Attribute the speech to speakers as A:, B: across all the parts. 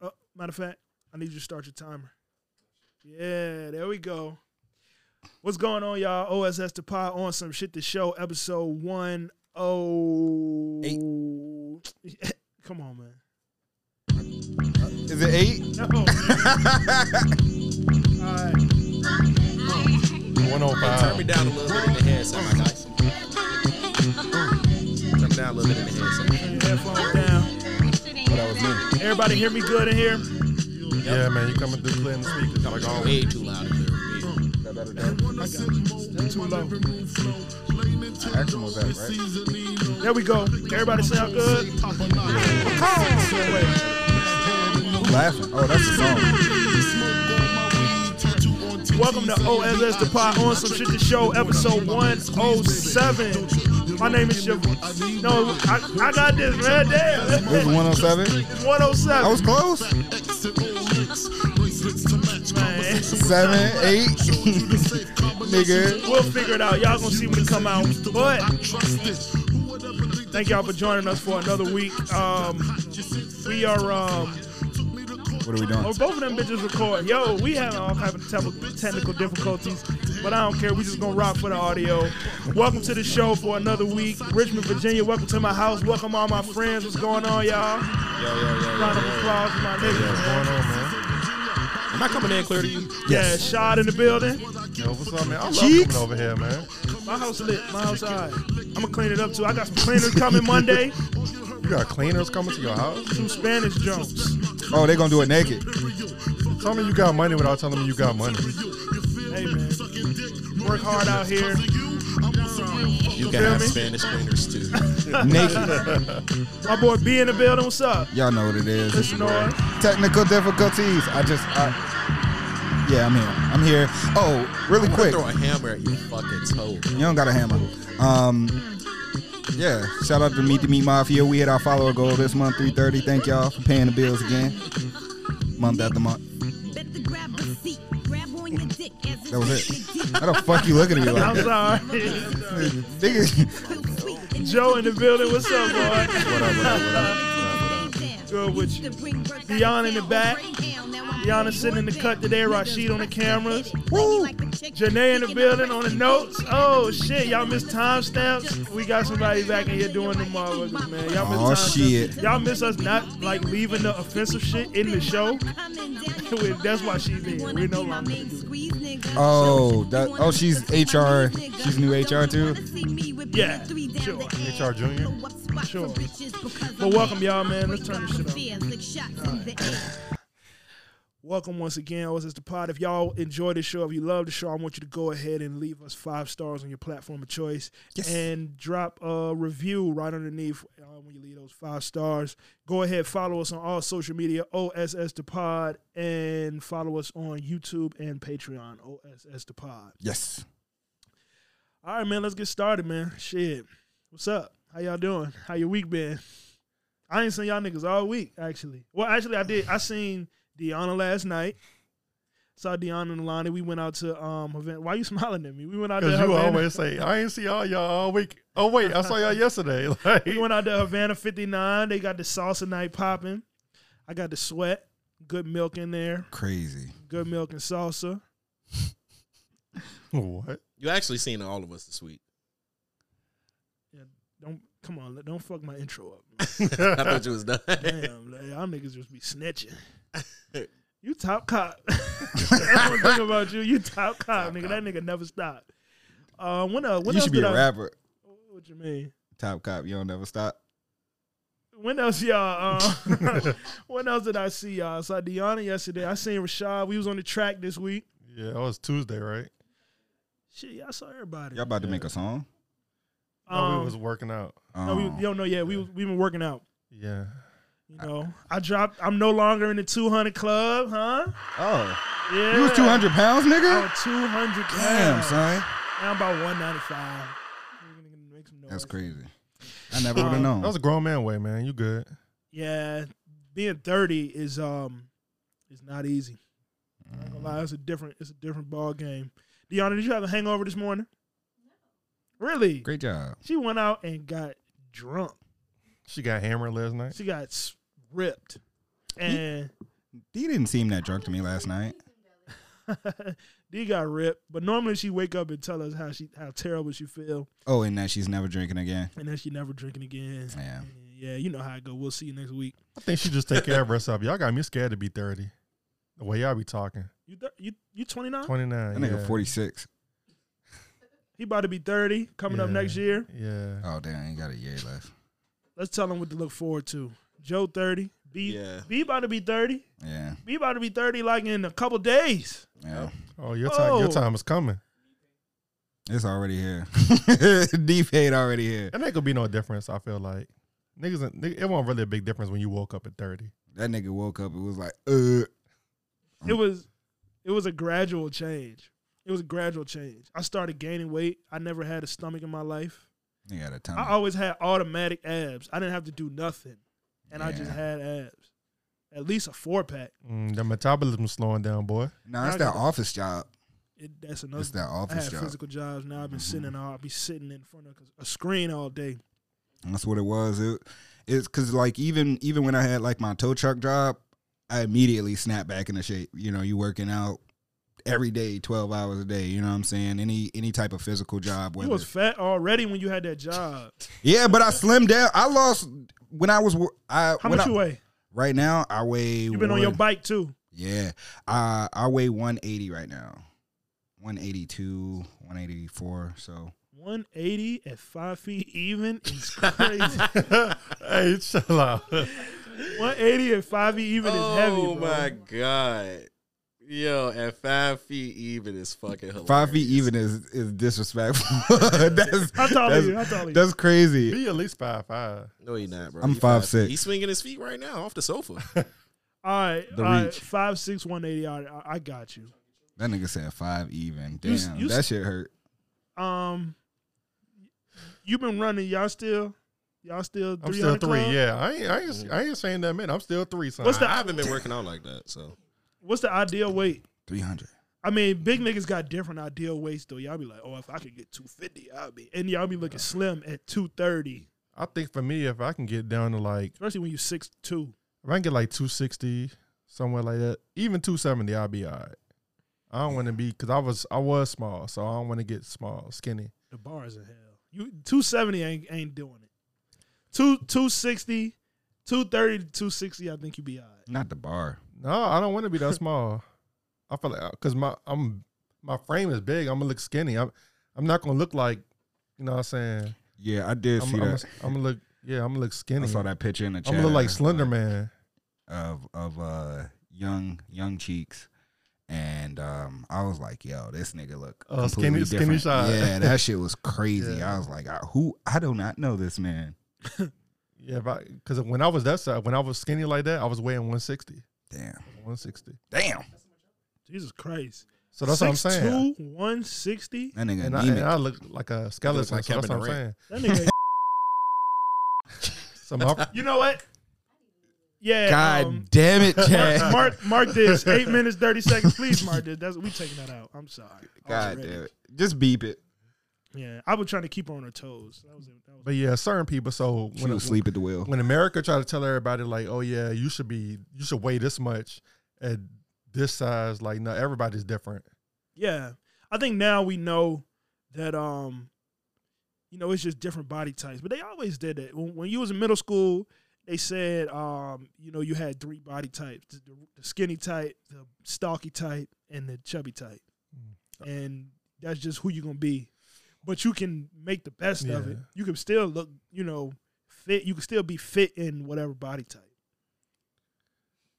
A: Oh, Matter of fact, I need you to start your timer. Yeah, there we go. What's going on, y'all? OSS to pod on some shit to show episode one oh Come on, man.
B: Is it eight?
A: No. All right.
B: One oh
C: Turn me
B: five.
C: down a little bit in the headset, my guy. Turn me down a little bit in the headset.
A: Put your headphones down. Everybody hear me good in here?
B: Yeah, man, you coming through clear in the speakers like
D: Oh.
B: always.
C: Way too loud and clear for me.
A: Too low.
B: Action was that, right?
A: There we go. Everybody sound good? Wait,
B: Laughing. Oh, that's the song.
A: Welcome to OSS the Pod on some shit to show episode 107. My name is your No, I, I got this, man. Damn. oh
B: This is 107.
A: It's
B: I
A: 107.
B: was close.
A: man.
B: Seven, eight. Nigga.
A: We'll figure it out. Y'all gonna see when it come out. But thank y'all for joining us for another week. Um, we are um,
B: What are we doing?
A: oh, both of them bitches record. Yo, we have all type of te- technical difficulties, but I don't care. We just gonna rock for the audio. Welcome to the show for another week, Richmond, Virginia. Welcome to my house. Welcome all my friends. What's going on, y'all?
C: Yo, yo, yo, yo,
A: Round of
C: yo.
A: applause for my niggas.
B: What's
A: man.
B: going on, man?
C: Am I coming in clear to you?
A: Yeah, shot in the building.
B: Yo, what's up, man? I love
C: Cheeks.
B: coming over here, man.
A: My house lit. My house alright. I'm gonna clean it up too. I got some cleaners coming Monday.
B: You got cleaners coming to your house?
A: Some Spanish Jones.
B: Oh, they gonna do it naked. Tell me you got money without telling me you got money.
A: Hey man, work hard out here.
C: You can have Spanish cleaners too.
B: Naked.
A: My boy B in the building. What's up?
B: Y'all know what it is.
A: Listen, noise.
B: Technical difficulties. I just, I, yeah, I'm here. I'm here. Oh, really
C: I'm gonna
B: quick.
C: throw a hammer at your fucking toe.
B: You don't got a hammer. Um, yeah. Shout out to Meet the Meat Mafia. We hit our follower goal this month, 330. Thank y'all for paying the bills again. Month after month. That
E: That
B: was it. How the fuck you looking at me like
A: I'm
B: that?
A: sorry.
B: Nigga,
A: Joe in the building. What's up, boy? Good with you.
E: Dion in the back. Dion is sitting in the cut today. Rashid on the cameras. Woo!
A: Janae in the building on the notes. Oh shit, y'all missed timestamps. We got somebody back in here doing the motherfuckers, man. Y'all miss
B: Aw,
A: timestamps.
B: shit.
A: Y'all miss us not like leaving the offensive shit in the show. Wait, that's why she's in. We no longer gonna
B: Oh, that- oh, she's HR. She's new HR too?
A: Yeah, sure.
B: HR junior?
A: Sure. But welcome, y'all, man. Let's turn this shit up. Welcome once again. What's this the pod? If y'all enjoy this show, if you love the show, I want you to go ahead and leave us five stars on your platform of choice and drop a review right underneath uh, when you leave those five stars. Go ahead, follow us on all social media, OSS the pod, and follow us on YouTube and Patreon, OSS the pod.
B: yes.
A: All right, man, let's get started, man. Shit. What's up? How y'all doing? How your week been? I ain't seen y'all niggas all week, actually. Well, actually, I did. I seen Deanna last night. Saw Deanna and Lonnie. We went out to um event. Why you smiling at me? We went out to
D: Because you
A: Havana.
D: always say, I ain't see all y'all all week. Oh, wait, I saw y'all yesterday. Like,
A: we went out to Havana 59. They got the salsa night popping. I got the sweat. Good milk in there.
B: Crazy.
A: Good milk and salsa.
D: what?
C: You actually seen all of us this week.
A: Don't come on. Don't fuck my intro up.
C: I thought you was done.
A: Damn, like, y'all niggas just be snitching. You top cop. That's one thing about you. You top cop, nigga. That nigga never stop. Uh, when uh, when
B: you
A: else
B: should be
A: did
B: a
A: I-
B: rapper.
A: What you mean?
B: Top cop. You don't never stop.
A: When else y'all? Uh, when else did I see y'all? I saw Deanna yesterday. I seen Rashad. We was on the track this week.
D: Yeah, that was Tuesday, right?
A: Shit, y'all saw everybody.
B: Y'all about to make a song?
D: no,
A: Um,
D: Oh, we was working out.
A: no, we,
B: Um,
A: you don't know yet. We we been working out.
D: Yeah.
A: You know, I dropped. I'm no longer in the 200 club, huh?
B: oh.
A: Yeah,
B: You was 200 pounds, nigga?
A: Oh, 200
B: Damn,
A: pounds.
B: son.
A: Now I'm about 195. We're gonna make some noise.
B: That's crazy. I never would
A: Um,
B: have known.
D: That was a grown man way, man. You good.
A: Yeah, being 30 is um is not easy. I'm not
B: Mm.
A: gonna lie, it's a different it's a different ball game. Deanna, did you have a hangover this morning? Really?
B: Great job.
A: She went out and got drunk.
D: She got hammered last night.
A: She got s- ripped, and
B: He didn't seem that drunk to me last night.
A: D got ripped, but normally she wake up and tell us how she how terrible she feel,
B: Oh, and that she's never drinking again.
A: and then she never drinking again.
B: Yeah.
A: yeah, you know how it go. We'll see you next week.
D: I think she just take care of herself. Y'all got me scared to be thirty. The way y'all be talking,
A: You th- you you twenty nine?
D: twenty
B: That
D: nine.
B: nigga
D: yeah.
B: 46.
A: He about to be thirty, coming up
D: Yeah.
A: next year.
D: Yeah.
B: Oh, damn. I ain't got a year left.
A: Let's tell him what to look forward to. Joe thirty. B
C: Yeah.
A: B about to be thirty.
B: Yeah.
A: B about to be thirty like in a couple days.
B: Yeah.
D: Oh, your time. Your
A: Oh.
D: time is coming.
B: It's already here. Deep hate already here.
D: And ain't gonna be no difference. I feel like niggas. ain't- nigga- It wasn't really a big difference when you woke up at thirty.
B: That nigga woke up and was like, uh.
A: It was it was a gradual change. It was a gradual change. I started gaining weight. I never had a stomach in my life.
B: He got a tummy.
A: I always had automatic abs. I didn't have to do nothing, and I just
B: Yeah.
A: had abs. At least a four pack.
D: Mm, the metabolism's slowing down, boy.
B: No, it's
A: I got
B: that
A: the-
B: office job.
A: It, that's another.
B: It's that
A: I had
B: office job. Mm-hmm.
A: physical jobs. Now I've been sitting. All, I'll be sitting in front of a screen all day.
B: That's what it was. It, it's because like even even when I had like my tow truck job, I immediately snapped back into shape. You know, you working out every day, twelve hours a day. You know what I'm saying? Any any type of physical job.
A: You
B: Whether
A: was fat already when you had that job.
B: yeah, but I slimmed down. I lost when I was wor- I
A: How
B: when
A: much
B: I-
A: you weigh?
B: right now. I weigh.
A: You've been on your
B: one-
A: bike too.
B: Yeah, uh, I weigh 180 right now. 182, 184. So
A: 180 at five feet even is crazy.
D: hey, chill out.
A: 180 at five feet even is heavy.
C: Oh
A: bro.
C: my god. Yo, at five feet even is fucking hilarious.
B: five feet even is is disrespectful. that's
A: How tall are
B: that's-
A: you? How tall are you?
B: That's crazy.
D: Be at least five five.
C: No, he not, bro.
B: I'm
C: He five
B: 5'6".
C: feet. He's swinging his feet right now off the sofa.
A: All right,
B: The
A: all right,
B: reach.
A: five six one eighty. All right, I, I got you.
B: That nigga said five even.
A: You
B: Damn,
A: s- you
B: that
A: s-
B: shit hurt.
A: Um, you've been running. Y'all still, y'all still.
D: I'm still
A: 300
D: three.
A: club?
D: Yeah, I ain't, I ain't, I ain't saying that, man. I'm still three. Son.
A: What's the
C: I haven't been working out like that, so
A: What's the ideal weight?
B: Three hundred.
A: I mean, big niggas got different ideal weights though. Y'all be like, oh, if I could get two fifty, I'll be, and y'all be looking slim at two thirty,
D: I think for me, if I can get down to like,
A: especially when you six two.
D: if I can get like two sixty somewhere like that, even two seventy, I'll be all right. I don't want to be because I was I was small, so I don't want to get small, skinny.
A: The bars in hell. You two seventy ain't ain't doing it. Two two sixty, two thirty to two sixty. I think you be all right.
B: Not the bar.
D: No, I don't want to be that small. I feel like because my I'm my frame is big. I'm gonna look skinny. I'm I'm not gonna look like you know what I'm saying.
B: Yeah, I did
D: I'm,
B: see
D: I'm, gonna,
B: that.
D: I'm gonna look yeah. I'm gonna look
B: i
D: skinny.
B: saw that picture in the
D: I'm
B: chat.
D: gonna look like Slender Man.
B: of of uh young young cheeks. And um, I was like, "Yo, this nigga look
D: Oh,
B: completely
D: skinny- skinny
B: different.
D: shot.
B: Yeah, that shit was crazy.
D: Yeah.
B: I was like, I, "Who? I do not know this man."
D: Yeah, if I because when I was that size, when I was skinny like that, I was weighing 160,
B: Damn,
D: 160.
B: damn,
A: Jesus Christ.
D: So that's what I'm saying.
A: Two one sixty.
B: that nigga
D: And I,
B: anemic.
D: and I look like a skeleton.
C: like
D: so that's
C: Kevin
D: what I'm saying.
A: That nigga.
D: So my,
A: you know what? Yeah.
B: God
A: um,
B: damn it, Chad.
A: mark mark this eight minutes thirty seconds, please. Mark this. That's we taking that out. I'm sorry. I
B: God
A: was ready.
B: damn it. Just beep it.
A: Yeah, I was trying to keep her on her toes. That was it. That was
D: but yeah, certain people. So
B: She
D: when
B: was asleep at the wheel.
D: when America tried to tell everybody like, oh yeah, you should be you should weigh this much at this size, like no, everybody's different.
A: yeah. I think now we know that um, you know, it's just different body types. But they always did it when, when you was in middle school. They said um, you know, you had three body types: the, the skinny type, the stocky type, and the chubby type. And that's just who you're gonna be. But you can make the best of it.
D: Yeah.
A: You can still look, you know, fit. You can still be fit in whatever body type.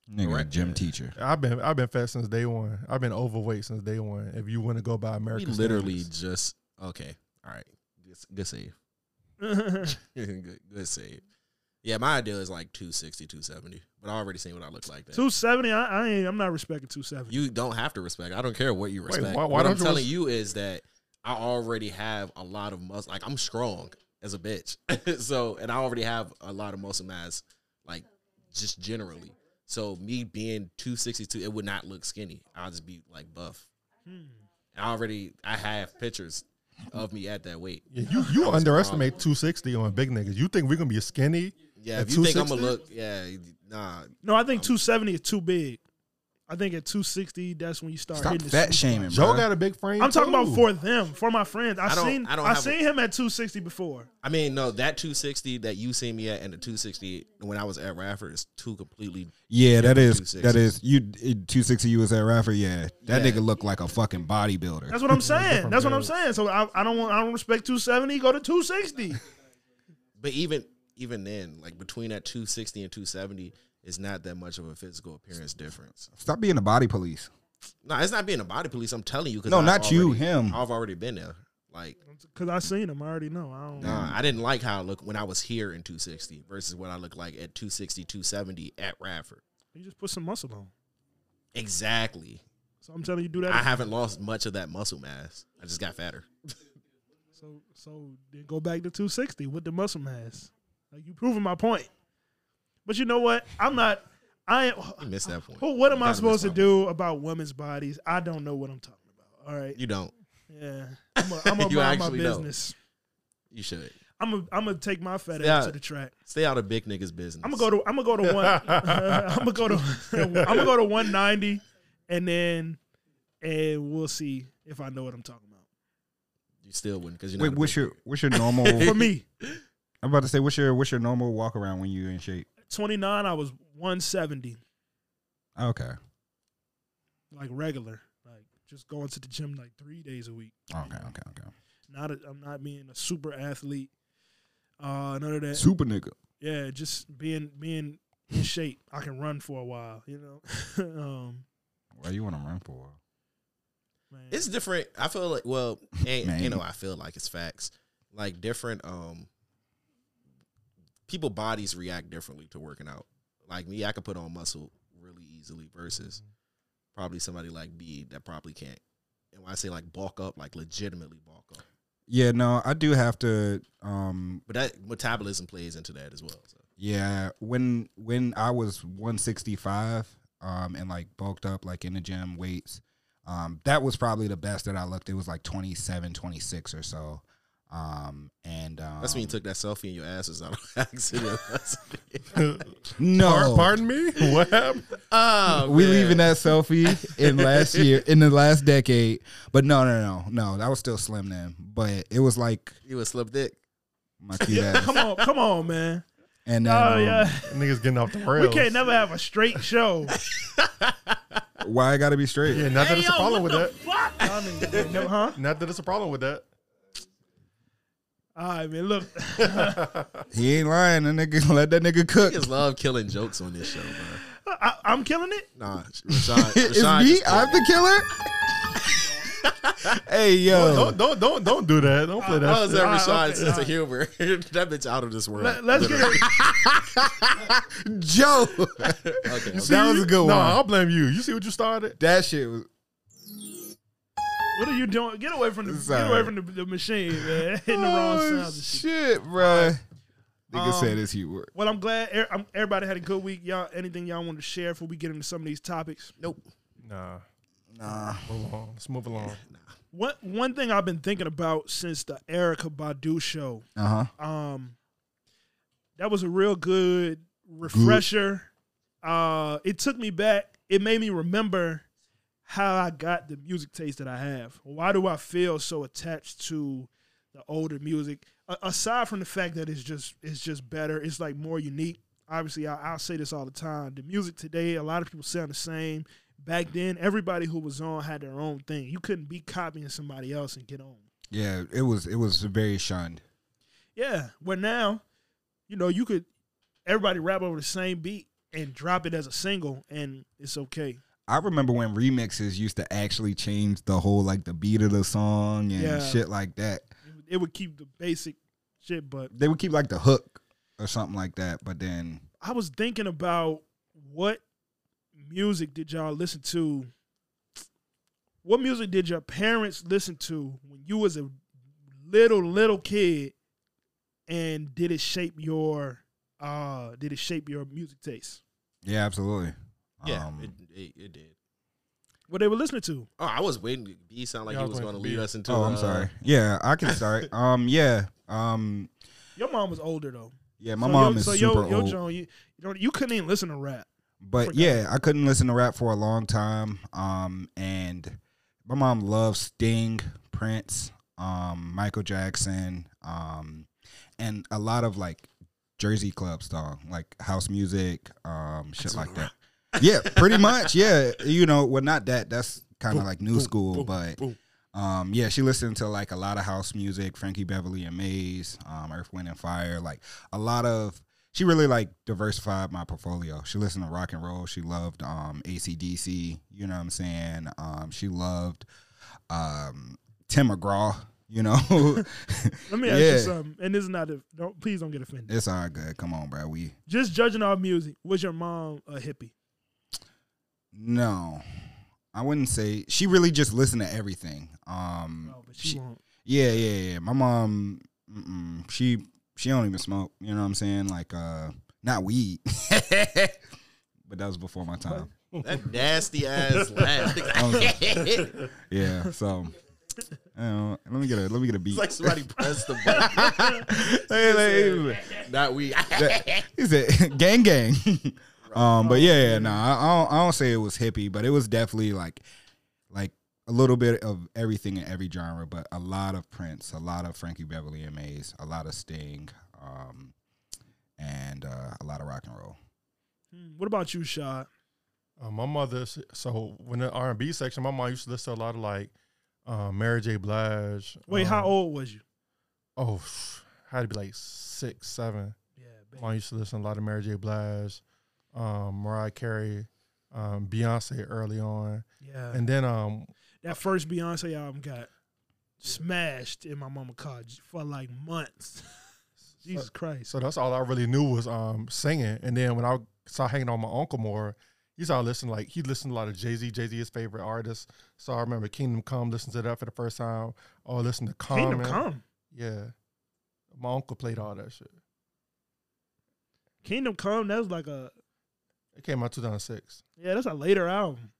B: Nigga,
C: Correct.
B: gym teacher.
D: I've been I've been fat since day one. I've been overweight since day one. If you want to go by
C: we
D: American,
C: literally
D: standards.
C: just okay. All right, good, good save. good, good save. Yeah, my idea is like 260, 270, but I already seen what I look like. Then.
A: Two seventy. I, I ain't. I'm not respecting two seventy.
C: You don't have to respect. I don't care what you
D: Wait,
C: respect.
D: why- why
C: what
D: don't
C: I'm
D: you
C: telling
D: res-
C: you is that I already have a lot of muscle. Like I'm strong as a bitch. so and I already have a lot of muscle mass, like just generally. So me being 262, it would not look skinny. I'll just be like buff.
D: Hmm.
C: I already I have pictures of me at that weight.
D: Yeah, you you underestimate 260 on big niggas. You think we're gonna be skinny
C: Yeah,
D: At
C: if you think I'm gonna
D: 260?
C: look, yeah, nah,
A: No, I think 270 is too big. I think at 260, that's when you start
B: Stop
A: hitting the
B: fat
A: sweet
B: shaming,
A: spot.
D: Joe
B: bro.
D: got a big frame.
A: I'm talking about
D: too.
A: for them, for my friends. I've
C: I don't-
A: seen
C: I don't
A: I've
C: have a-
A: seen him at 260 before.
C: I mean, no, that 260 that you seen me at and the 260 when I was at Radford is two completely.
B: Yeah, that is
C: 260.
B: that is you two sixty you was at Raffer. Yeah, that
C: Yeah.
B: nigga looked like a fucking bodybuilder.
A: That's what I'm saying.
D: different
A: That's what I'm
D: builds.
A: saying. So I, I don't want I don't respect 270. Go to 260.
C: But even even then, like between that 260 and 270 is not that much of a physical appearance difference.
B: Stop being a body police.
C: No, it's not being a body police. I'm telling you. 'cause
B: No,
C: I've
B: not you,
C: already-
B: him.
C: I've already been there. Like,
A: Because I seen him. I already know. I don't.
C: nah,
B: Mm.
C: I didn't like how I looked when I was here in 260 versus what I looked like at 260, 270 at Radford.
A: You just put some muscle on.
C: Exactly.
A: So I'm telling you, do that.
C: I haven't lost much of that muscle mass. I just got fatter.
A: so so then go back to 260 with the muscle mass. Like you proving my point. But you know what? I'm not. I am.
C: You missed that point.
A: Well, what am
C: You
A: I
C: gotta miss
A: supposed to
C: that
A: do about women's bodies? I don't know what I'm talking about. All right.
C: You don't.
A: Yeah. I'm gonna I'm gonna
C: You
A: mind my
C: actually don't.
A: business.
C: You should.
A: I'm gonna I'm gonna take my fat
C: Yeah.
A: ass to the track.
C: Stay out of big niggas' business.
A: I'm gonna go to I'm gonna go to one I'm gonna go to I'm gonna go to 190 and then and we'll see if I know what I'm talking about.
C: You still wouldn't because you're not.
B: Wait,
C: a
B: what's
C: big-
B: your what's your normal?
A: For
B: I'm
A: me,
B: about to say what's your what's your normal walk around when you in shape?
A: 29 I was 170
B: Okay.
A: like regular, like just going to the gym like 3 days a week.
B: Okay, okay, okay.
A: Not a, I'm not being a super athlete. Uh none of that.
B: Super nigga.
A: yeah, just being being in shape. I can run for a while, you know. um,
B: Why you want to run for?
A: man.
C: It's different. I feel like well, and,
B: Man.
C: you know, I feel like it's facts. Like different um people bodies react differently to working out. Like me, I could put on muscle really easily versus probably somebody like B that probably can't. And when I say like bulk up, like legitimately bulk up.
B: Yeah, no, I do have to. Um,
C: But that metabolism plays into that as well. So
B: yeah, when when I was one sixty five, um, and like bulked up like in the gym weights, um, that was probably the best that I looked. It was like 27, 26 or so. Um, and um,
C: that's when you took that selfie and your ass was out of accident.
B: um, no.
D: Pardon me. What happened?
C: oh,
B: we
C: man.
B: leaving that selfie in last year in the last decade, but no, no, no, no. That was still slim then, but it was like
C: You a slip dick.
B: my cute ass.
A: come on, come on, man.
B: And then,
A: Oh
B: um,
A: yeah,
D: Niggas getting off the
A: we
D: rails.
A: can't never have a straight show.
B: why I gotta be straight?
D: Yeah, not that it's a problem with that.
A: I mean, we can't never, huh?
D: Not that it's a problem with that.
A: All right, man. Look,
B: He ain't lying. That nigga let that nigga cook.
C: Niggas love killing jokes on this show, bro.
A: I, I'm killing it.
C: Nah, Rashad.
B: It's
C: Rashad
B: me.
C: just-
B: I'm the killer. hey yo,
D: Don't don't don't don't do that. Don't play
C: How
D: that.
C: is that
A: Ah,
C: Rashad's
A: okay.
C: sense of humor? that bitch out of this world.
A: Let, us get it.
B: Joe.
C: Okay, okay.
B: that was a good
D: No,
B: one.
D: I'll blame you. You see what you started?
B: That shit was.
A: What are you doing? Get away from the get
B: Sorry.
A: away from the, the machine, man. Hitting the wrong
B: Oh,
A: sounds. and uh, shit.
B: shit, bruh.
A: Um,
B: Nigga said it's humor.
A: Well, I'm glad er, I'm, everybody had a good week. Y'all, anything y'all want to share before we get into some of these topics?
C: Nope.
D: Nah.
B: Nah.
D: Move along. Let's move along.
A: One one thing I've been thinking about since the Erica Badu show.
B: Uh huh.
A: um that was a real good refresher uh it took me back it made me remember how i got the music taste that i have why do i feel so attached to the older music A- aside from the fact that it's just it's just better it's like more unique obviously I, i'll say this all the time the music today a lot of people sound the same back then everybody who was on had their own thing you couldn't be copying somebody else and get on
B: Yeah, it was. It was very shunned.
A: yeah. Where now, you know, you could everybody rap over the same beat and drop it as a single and it's okay.
B: I remember when remixes used to actually change the whole like the beat of the song and
A: Yeah.
B: shit like that.
A: It would- It would keep the basic shit, but
B: They would keep like the hook or something like that, but then
A: I was thinking about what music did y'all listen to? What music did your parents listen to when you was a little little kid and did it shape your uh did it shape your music taste?
B: yeah, absolutely.
C: Yeah,
B: Um,
C: it, it, it did.
A: What they were listening to?
C: Oh, I was waiting. to- B sound like
D: Yeah, I
C: he
D: was
C: was going
D: waiting
C: to
D: for
C: lead
D: B.
C: us into.
B: oh, I'm
C: uh,
B: sorry. Yeah, I can start. um, yeah, um,
A: Your mom was older though.
B: Yeah, my
A: So
B: mom
A: yo-
B: is
A: so yo-
B: super
A: yo,
B: old.
A: John, you, you, don't- you couldn't even listen to rap.
B: But
A: Forgot.
B: yeah, I couldn't listen to rap for a long time. Um, and my mom loves Sting, Prince, um, Michael Jackson, um, and a lot of like Jersey club song, like house music, um, shit like that. Yeah, pretty much. Yeah, you know, well, not that. That's kind of like new school, but. Um, yeah, she listened to like a lot of house music, Frankie Beverly and Maze, um, Earth, Wind and Fire, like a lot of. She really like diversified my portfolio. She listened to rock and roll. She loved um, ACDC. You know what I'm saying? Um, she loved um, Tim McGraw. You know,
A: Let me ask
B: Yeah.
A: you something, and this is not a don't please don't get offended.
B: it's all good. Come on, bro. We
A: Just judging our music, was your mom a hippie?
B: no, I wouldn't say she really just listened to everything. Um,
A: No, Oh, but she, won't.
B: Yeah, yeah, yeah. My mom, mm-mm, she she don't even smoke. You know what I'm saying? Like, uh, not weed. but that was before my time.
C: That nasty ass laugh. it's
B: Yeah. So, I don't know. let me get a let me get a beat.
C: like somebody pressed the button.
B: Hey, like,
C: Not we.
B: he said, "Gang, gang." um, but yeah, yeah, nah. I, I don't, I don't say it was hippie, but it was definitely like, like a little bit of everything in every genre, but a lot of Prince, a lot of Frankie Beverly and Mays, a lot of Sting, um, and uh, a lot of rock and roll.
A: Hmm, What about you, Shot?
D: Uh, my mother, so when the R and B section, my mom used to listen to a lot of like uh, Mary J. Blige.
A: Wait,
D: um,
A: how old was you?
D: Oh, had to be like six, seven.
A: Yeah,
D: My mom used to listen to a lot of Mary J. Blige, um, Mariah Carey, um, Beyonce early on,
A: yeah.
D: and then um,
A: that first Beyonce album got smashed in my mama car j- for like months. Jesus Christ.
D: so that's all I really knew was um, singing. And then when I started hanging out with my uncle more, he started listening like he listened to a lot of Jay Z. Jay Z his favorite artist. So I remember Kingdom Come, listened to that for the first time. Oh, listen to Common.
A: Kingdom Come.
D: Yeah. My uncle played all that shit.
A: Kingdom Come, that was like a
D: It came out 2006.
A: yeah, that's a later album.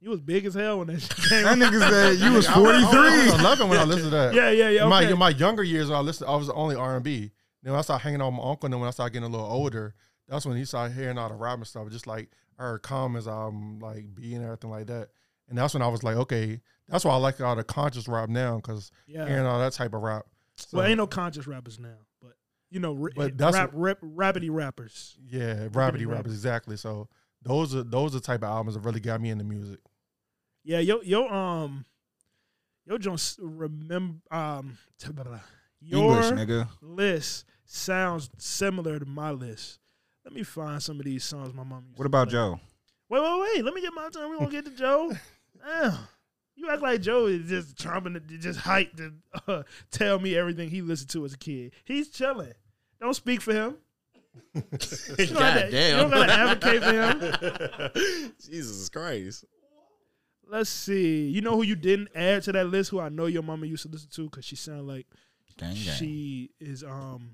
A: You was big as hell when that shit came
B: That
A: out.
B: nigga said you was
D: I was- I
B: 43.
D: was 11 when I listened to that.
A: Yeah, yeah, yeah.
D: In my,
A: okay.
D: in my younger years, I listened. I was only R and B. Then when I started hanging out with my uncle, and then when I started getting a little older, that's when he started hearing all the rap and stuff. Just like I heard Commons album, like B and everything like that. And that's when I was like, okay, that's why I like all the conscious rap now because
A: yeah.
D: hearing all that type of rap. So,
A: well, ain't no conscious rappers now, but you know, r-
D: But that's
A: rap, rap, rapidy rappers.
D: yeah, rapidy
A: rappers.
D: rappers exactly. So those are those are the type of albums that really got me into music.
A: Yeah, yo, yo, um, yo, Jones, remember, um, t- blah, blah, blah. your
B: English nigga.
A: list sounds similar to my list. Let me find some of these songs my mom. Used
B: What
A: to
B: about
A: play.
B: Joe?
A: Wait, wait, wait. Let me get my turn. We gonna get to Joe. Damn. You act like Joe is just trying to just hype to uh, tell me everything he listened to as a kid. He's chilling. Don't speak for him. You don't, have
C: God
A: to- you
C: damn.
A: don't gotta advocate for him.
C: Jesus Christ.
A: Let's see. You know who you didn't add to that list? Who I know your mama used to listen to because she sounded like
B: Gang, gang.
A: she is um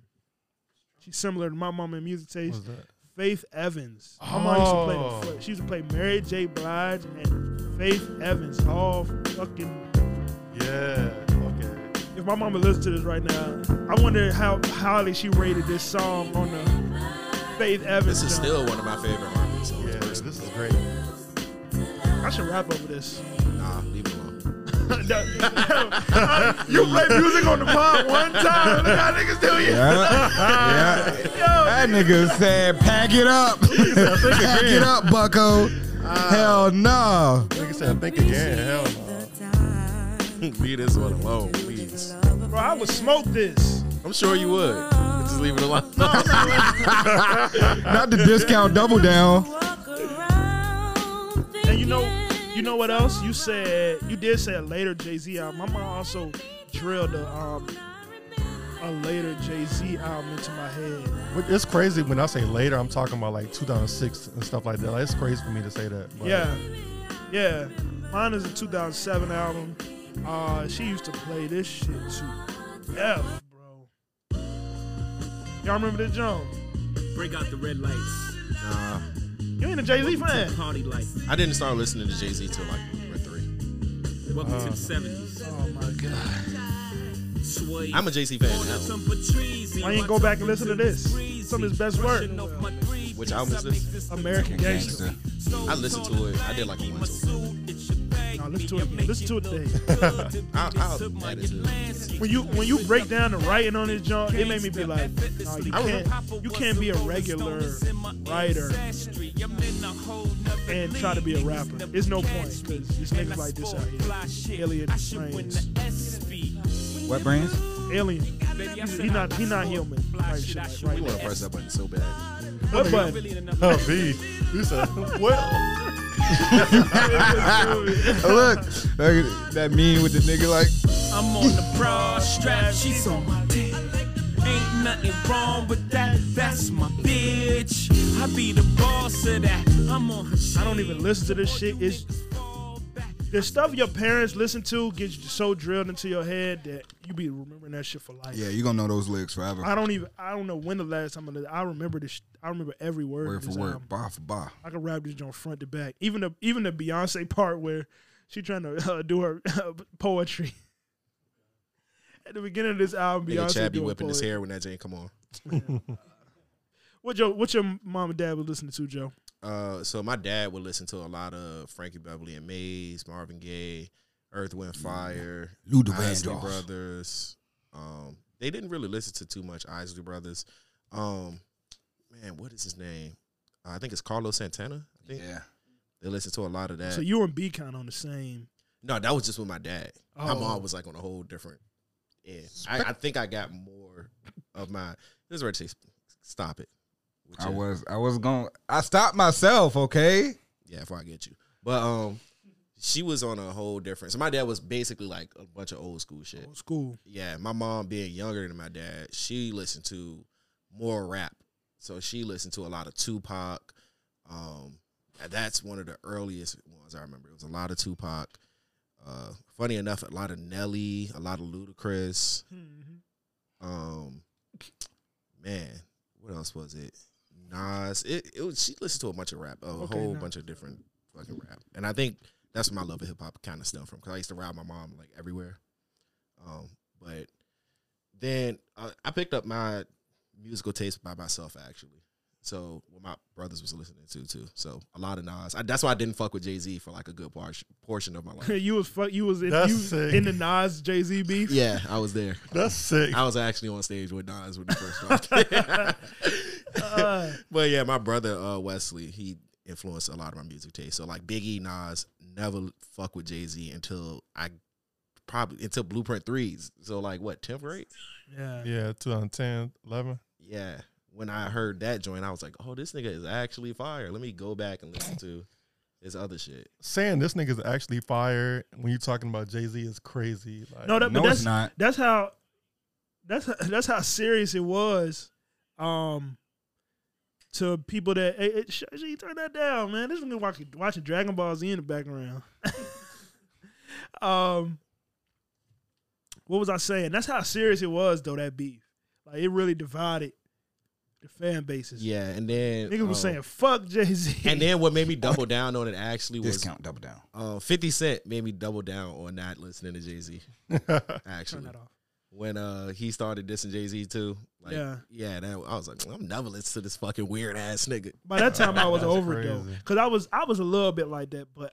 A: she's similar to my mama in music
D: What
A: taste.
D: was that?
A: Faith Evans. My mom used to play
D: Oh.
A: the foot. She used to play Mary J. Blige and Faith Evans. All fucking.
D: Yeah. Okay.
A: If my mama listens to this right now, I wonder how highly she rated this song on the Faith Evans.
C: This is
A: joint.
C: still one of my favorite Marvin songs.
D: Yeah. This
C: personally.
D: is great.
A: I should rap over this.
C: Nah, leave it alone.
A: you play music on the pod one time. Look how niggas do you.
B: Yeah, yeah. That nigga said, "Pack it up, pack it up, Bucko."
A: Uh,
B: Hell no.
D: Like I said, think again. Hell no.
C: leave this one alone, please.
A: Bro, I would smoke this.
C: I'm sure you would. But Just leave it alone.
B: Not the discount double down.
A: And you know, you know what else? You said you did say a later Jay Z album. My mom also drilled a um a later Jay Z album into my head.
D: But It's crazy when I say later, I'm talking about like 2006 and stuff like that. Like, it's crazy for me to say that. But
A: Yeah, yeah. Mine is a 2007 album. Uh, she used to play this shit too. F, bro. Y'all remember this Jones?
F: Break out the red lights.
C: nah,
A: You ain't a Jay Z
F: Welcome to
A: fan.
F: the party life.
C: I didn't start listening to Jay Z till like number three.
F: Welcome to the 70s.
A: Oh my god.
F: Sway.
C: I'm a Jay Z fan now.
F: Some Patrice.
A: Why you ain't go back and listen to this?
F: Breeze
A: some of his best work.
C: Which album is this?
A: American Gangster.
B: Gangsta.
C: I listened to it. I did like a one two.
A: Nah, listen to it. Listen to it today.
C: I'll, I'll add it to
A: When you when you break down the writing on this joint, it made me be like, nah, you can't you can't be a regular writer and try to be a rapper. It's no point because this niggas like this out here. Alien brains.
B: What brands?
A: Alien. He not he not human. Like, shit, like,
C: You
A: right
C: want to press that button so bad.
A: now. What button?
D: Huh, B. You said what?
B: Look, look, that meme with the nigga like
G: I'm on the broad strap, she's on my dick. Ain't nothing wrong with that, that's my bitch. I be the boss of that, I'm on her shit.
A: I don't even listen to this shit. It's the stuff your parents listen to gets so drilled into your head that you be remembering that shit for life.
B: Yeah, you gonna know those lyrics forever.
A: I don't even. I don't know when the last time I. li- I remember this. I remember every word.
B: word
A: of
B: for
A: this um,
B: word,
A: album.
B: bar for bar.
A: I can rap this joint front to back. Even the even the Beyonce part where she trying to uh, do her poetry. At the beginning of this album,
C: Nigga
A: Beyonce
C: Chad be
A: doing
C: whipping his
A: poetry.
C: hair when that jam come on.
A: What your what your mom and dad was listening to, Joe?
C: Uh, so my dad would listen to a lot of Frankie Beverly and Maze, Marvin Gaye, Earth, Wind, Fire,
B: Luther
C: Isley
B: Vandross.
C: Brothers. Um, they didn't really listen to too much Isley Brothers. Um, man, what is his name? I think it's Carlos Santana. I think
B: Yeah.
C: they listened to a lot of that.
A: So you and B kind on the same.
C: no, that was just with my dad. My
A: Oh.
C: mom was like on a whole different. Yeah, I, I think I got more of my. This is where I say stop it. With
B: I
C: your-
B: was I was going I stopped myself, okay?
C: Yeah, if I get you. But um, she was on a whole different. So my dad was basically like a bunch of old school shit.
A: Old school.
C: Yeah, my mom being younger than my dad, she listened to more rap. So she listened to a lot of Tupac. Um, and that's one of the earliest ones I remember. It was a lot of Tupac. Uh, funny enough, a lot of Nelly, a lot of Ludacris.
D: Mm-hmm.
C: Um, man, what else was it? Nas. It, it was, she listened to a bunch of rap, a
A: Okay,
C: whole
A: now-
C: bunch of different fucking rap, and I think that's where my love of hip hop kind of stemmed from because I used to ride my mom like everywhere. Um, but then uh, I picked up my musical taste by myself actually. So what my brothers was listening to too. So a lot of Nas. I, that's why I didn't fuck with Jay Z for like a good por- portion of my life.
A: you was fu- you was in,
D: That's
A: you
D: sick.
A: in the Nas Jay Z beef.
C: yeah, I was there.
D: That's sick.
C: I was actually on stage with Nas when he first started.
A: Uh,
C: but yeah, my brother uh, Wesley, he influenced a lot of my music taste. So like Biggie, Nas, never fuck with Jay Z until I probably until Blueprint threes. So like what tenth grade?
A: yeah.
D: Yeah, 2010, 11.
C: Yeah. When I heard that joint, I was like, oh, this nigga is actually fire. Let me go back and listen to his other shit.
D: Saying this nigga's actually fire when you're talking about Jay Z is crazy. Like,
A: No, that,
B: No,
A: but that's
B: it's not.
A: That's how. That's how, that's how serious it was. Um, to people that hey, hey, sh- sh- turn that down, man. This nigga watching, watching Dragon Ball Z in the background. um, what was I saying? That's how serious it was, though. That beef, like it really divided the fan bases.
C: Yeah, and then
A: niggas was
C: um,
A: saying fuck Jay Z.
C: and then what made me double down on it actually was
B: Discount double down.
C: uh, 50 Cent made me double down on not listening to Jay Z.
A: turn
C: Actually,
A: that off.
C: when uh, he started dissing Jay Z too, like,
A: Yeah.
C: yeah, that, I was like, I'm never listening to this fucking weird ass nigga.
A: By that time, I was
D: That's
A: over it though,
D: crazy.
A: because I was I was a little bit like that, but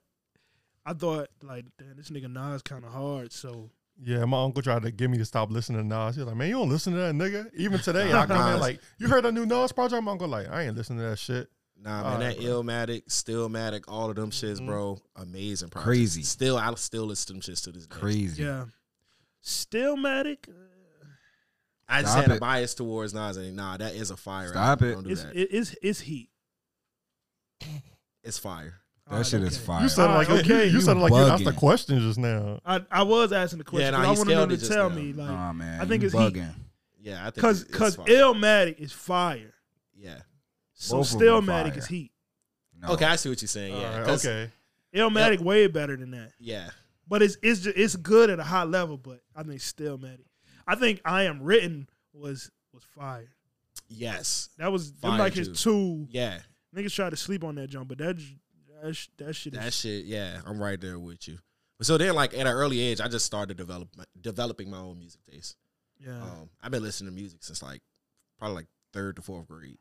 A: I thought like, damn, this nigga Nas kind of hard. So
D: yeah, my uncle tried to get me to stop listening to Nas. He was like, man, you don't listen to that nigga. Even today, I come in
C: Nas.
D: like, you heard that new Nas project? My uncle like, I ain't listening to that shit.
C: Nah, man,
D: Alright,
C: that Illmatic, Stillmatic, all of them
A: Mm-hmm.
C: shits, bro, amazing, project.
B: Crazy.
C: Still, I still listen to them shits to this day.
B: Crazy.
A: yeah, Stillmatic
C: I just
B: Stop
C: had a
B: it.
C: bias towards Nas, and nah, that is a fire.
B: Stop
C: album.
B: it.
C: Don't do
A: is
C: that.
A: it is is heat.
C: it's fire.
B: That
A: Alright,
B: shit
A: Oh,
B: is
A: okay.
B: fire.
D: You sounded
A: Alright,
D: like, okay,
A: okay,
D: Uh, you,
A: you
D: sounded like you asked a
B: bugging.
D: question just now.
A: I, I was asking the question.
C: Yeah, nah,
A: but
C: he
A: I wanted them
C: scaled
A: to
C: it just uh,
A: tell
C: now.
A: me like
B: Nah, man.
A: I think
B: you
A: it's heat.
B: bugging.
C: Yeah, I think
A: because
C: it- it's
A: because
C: fire.
A: Illmatic is fire,
C: Yeah.
A: so
B: Both of them
A: Stillmatic
B: fire.
A: is heat.
B: No.
C: Okay, I see what you're saying. Yeah.
D: Alright,
C: 'cause-
D: okay.
A: Illmatic way better than that,
C: Yeah.
A: but it's it's just, it's good at a high level. But I think Stillmatic. I think I am written was was fire.
C: Yes.
A: That was them
C: Fire
A: like his
C: too.
A: two
C: Yeah.
A: niggas tried to sleep on that jump, but that j- that, sh- that shit is
C: That shit, yeah, I'm right there with you. But so then, like at an early age, I just started develop developing my own music taste.
A: yeah.
C: Uh. Oh. Um, I've been listening to music since like probably like third to fourth grade,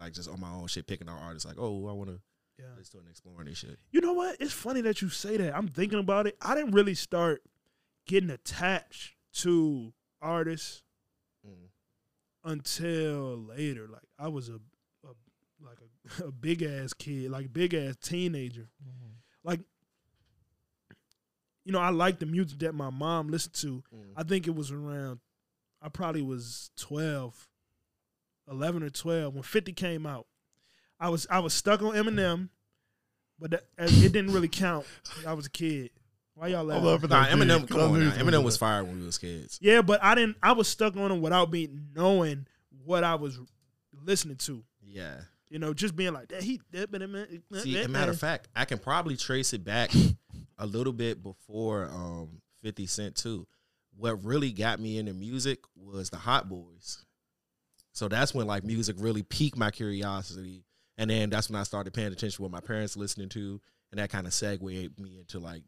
C: like just on my own shit, picking out artists. Like, oh, I want to
A: Yeah.
C: listen to and exploring this shit.
A: You know what? It's funny that you say that. I'm thinking about it. I didn't really start getting attached to artists
C: Mm.
A: until later. Like I was a, a like a, a big ass kid, like big ass teenager.
C: Mm-hmm.
A: Like you know, I liked the music that my mom listened to.
C: Mm.
A: I think it was around I probably was 12, 11 or 12 when 50 came out. I was I was stuck on Eminem, but that, it didn't really count. I was a kid. Why y'all laughing?
C: Nah, Eminem, come on, now. Eminem was fire when we was kids.
A: Yeah, but I didn't. I was stuck on him without me knowing what I was listening to.
C: Yeah.
A: You know, just being like that. He that been a man.
C: See, as a matter of fact, I can probably trace it back a little bit before um, 50 Cent too. What really got me into music was the Hot Boys. So that's when like music really piqued my curiosity. And then that's when I started paying attention to what my parents listening to. And that kind of segued me into like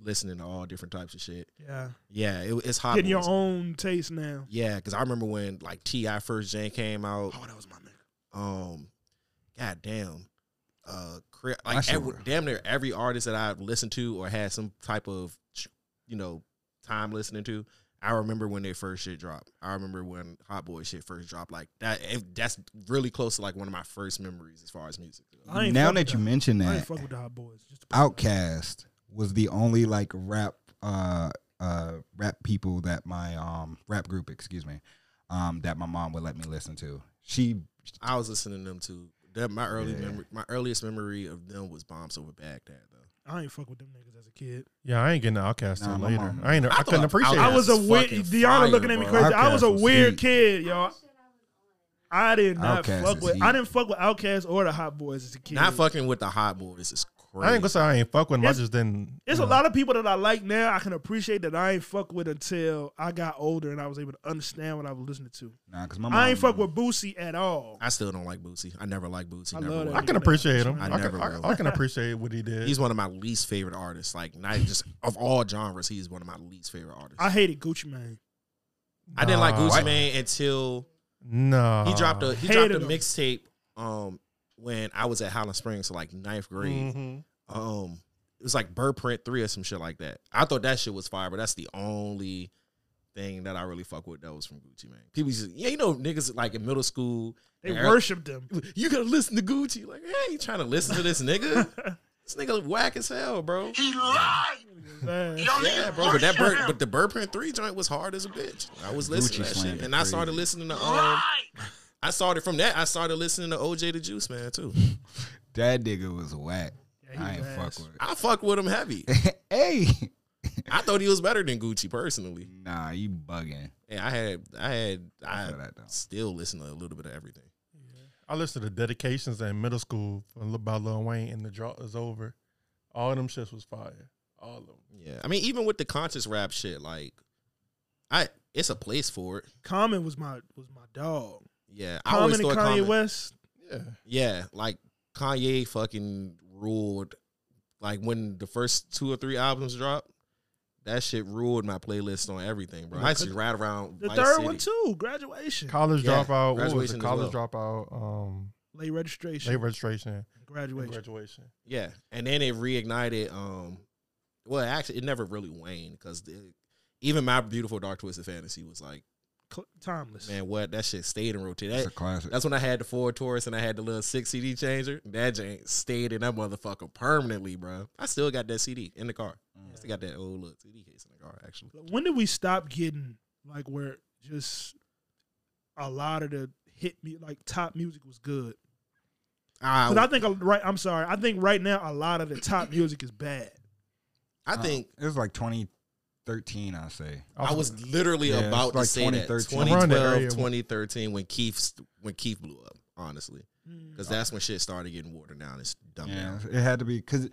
C: listening to all different types of shit.
A: yeah,
C: Yeah, it, it's Hot
A: getting your
C: Boys.
A: own taste now.
C: Yeah, because I remember when like T.I. First Jane came out
A: Oh, that was my nigga.
C: um god damn uh cri-
B: I
C: like
B: sure
C: every,
B: will.
C: damn near every artist that i've listened to or had some type of you know time listening to i remember when they first shit dropped i remember when hot boy shit first dropped like that it, that's really close to like one of my first memories as far as music goes.
A: I ain't
B: Now
A: fuck
B: that
A: with
B: you
A: the-
B: mention
A: I ain't
B: that,
A: fuck with the hot boys. Just to put it out there.
B: Outcast was the only like rap uh uh rap people that my um rap group, excuse me, um that my mom would let me listen to. She
C: i was listening to them too that my early
B: Yeah.
C: memory my earliest memory of them was bombs over baghdad though
A: I ain't fuck with them niggas as a kid.
D: Yeah, I ain't getting the outcast
B: Nah,
D: till
B: my
D: later.
B: mom-
D: I ain't. I,
C: I
D: couldn't
C: thought
D: appreciate.
A: I
D: it.
C: Outkast
A: was a
C: is
A: weird.
C: fucking
A: Deanna
C: fire,
A: looking at me
C: bro.
A: crazy. I was a
B: Outkast was
A: weird
B: heat.
A: kid, y'all. I did not
B: Outkast
A: fuck
B: is
A: with.
B: heat.
A: I didn't fuck with Outkast or the Hot Boys as a kid.
C: not fucking with the hot boys is crazy
D: I ain't gonna say I ain't fuck with him. I
A: It's-
D: just didn't.
A: There's
D: you
A: a
D: know.
A: lot of people that I like now. I can appreciate that I ain't fuck with until I got older and I was able to understand what I was listening to.
B: nah, cause my mom
A: I ain't fuck with Boosie at all.
C: i still don't like bootsy i never liked bootsy
A: I
C: never
A: love that
C: will.
D: I can appreciate him.
C: I
D: I, can-
C: never
D: I,
C: will.
D: I can appreciate what he did.
C: He's one of my least favorite artists. Like not just of all genres, he's one of my least favorite artists.
A: I
C: I,
A: hated Gucci Mane.
C: didn't like
D: Nah.
C: Gucci Mane until
D: no,
C: he dropped a he dropped
A: hated
C: a
A: him.
C: mixtape um when I was at Highland Springs, so like ninth grade.
D: Mhm.
A: Mm-hmm.
C: Um it was like Bird Print 3 or some shit like that. I thought that shit was fire, but that's the only thing that I really fuck with that was from Gucci Mane. People just yeah, you know niggas like in middle school
A: They
C: and early-
A: worshipped him.
C: you gotta listen to Gucci. Like, hey, you trying to listen to this nigga? this nigga whack as hell, bro.
A: Man.
C: Yeah, bro, but that bird, but the bird print three joint was hard as a bitch. I was listening
B: Gucci
C: to that
B: slam
C: shit,
B: is
C: and I started listening to um, I started from that. I started listening to OJ the Juice Man too.
B: that nigga was whack.
A: he
B: I ain't
A: was ass.
B: fuck with
C: I fucked with him heavy.
B: it. hey,
C: I thought he was better than Gucci personally.
B: nah, you bugging.
C: And I had, I had, I
B: feel that, though.
C: still listen to a little bit of everything.
D: I listened to dedications in middle school for Lil- by Lil Wayne, and the draw is over. All them shits was fire. All of them.
C: Yeah, I mean, even with the conscious rap shit, like, I it's a place for it.
A: Common was my was my dog.
C: Yeah, I always
A: Common and Kanye
C: thought Common-
A: West.
D: Yeah,
C: Yeah, like Kanye fucking ruled. Like when the first two or three albums dropped, that shit ruled my playlist on everything, bro. I used to ride around
A: The
C: Vice
A: third
C: City.
A: one too. Graduation.
D: college
C: Yeah,
D: dropout. What was
C: graduation
D: it?
C: as
D: College dropout. Um,
A: Late registration.
D: late registration.
A: graduation.
D: Graduation.
C: Yeah, and then it reignited. Um, well, actually, it never really waned because even my beautiful dark twisted fantasy was like,
A: Cl- timeless.
C: man, what that shit stayed in rotation.
B: It's
C: That,
B: a classic.
C: That's when I had the Ford Taurus and I had the little six CD changer. That joint stayed in that motherfucker permanently, bro. I still got that CD in the car. I
A: Mm.
C: still got that old little CD case in the car, actually.
A: When did we stop getting like where just a lot of the hit me like top music was good?
C: I,
A: Because I think a- right. I'm sorry. I think right now a lot of the top music is bad.
C: I think
B: Uh, it was like 2013. I say.
C: I was literally
B: Yeah, it's
C: about to
B: like
C: say that
B: 2013.
C: 2012,
D: Oh. Around that area.
C: 2013 when Keith st- when Keith blew up, honestly, because that's when shit started getting watered down. It's dumb.
B: Yeah,
C: now.
B: it had to be because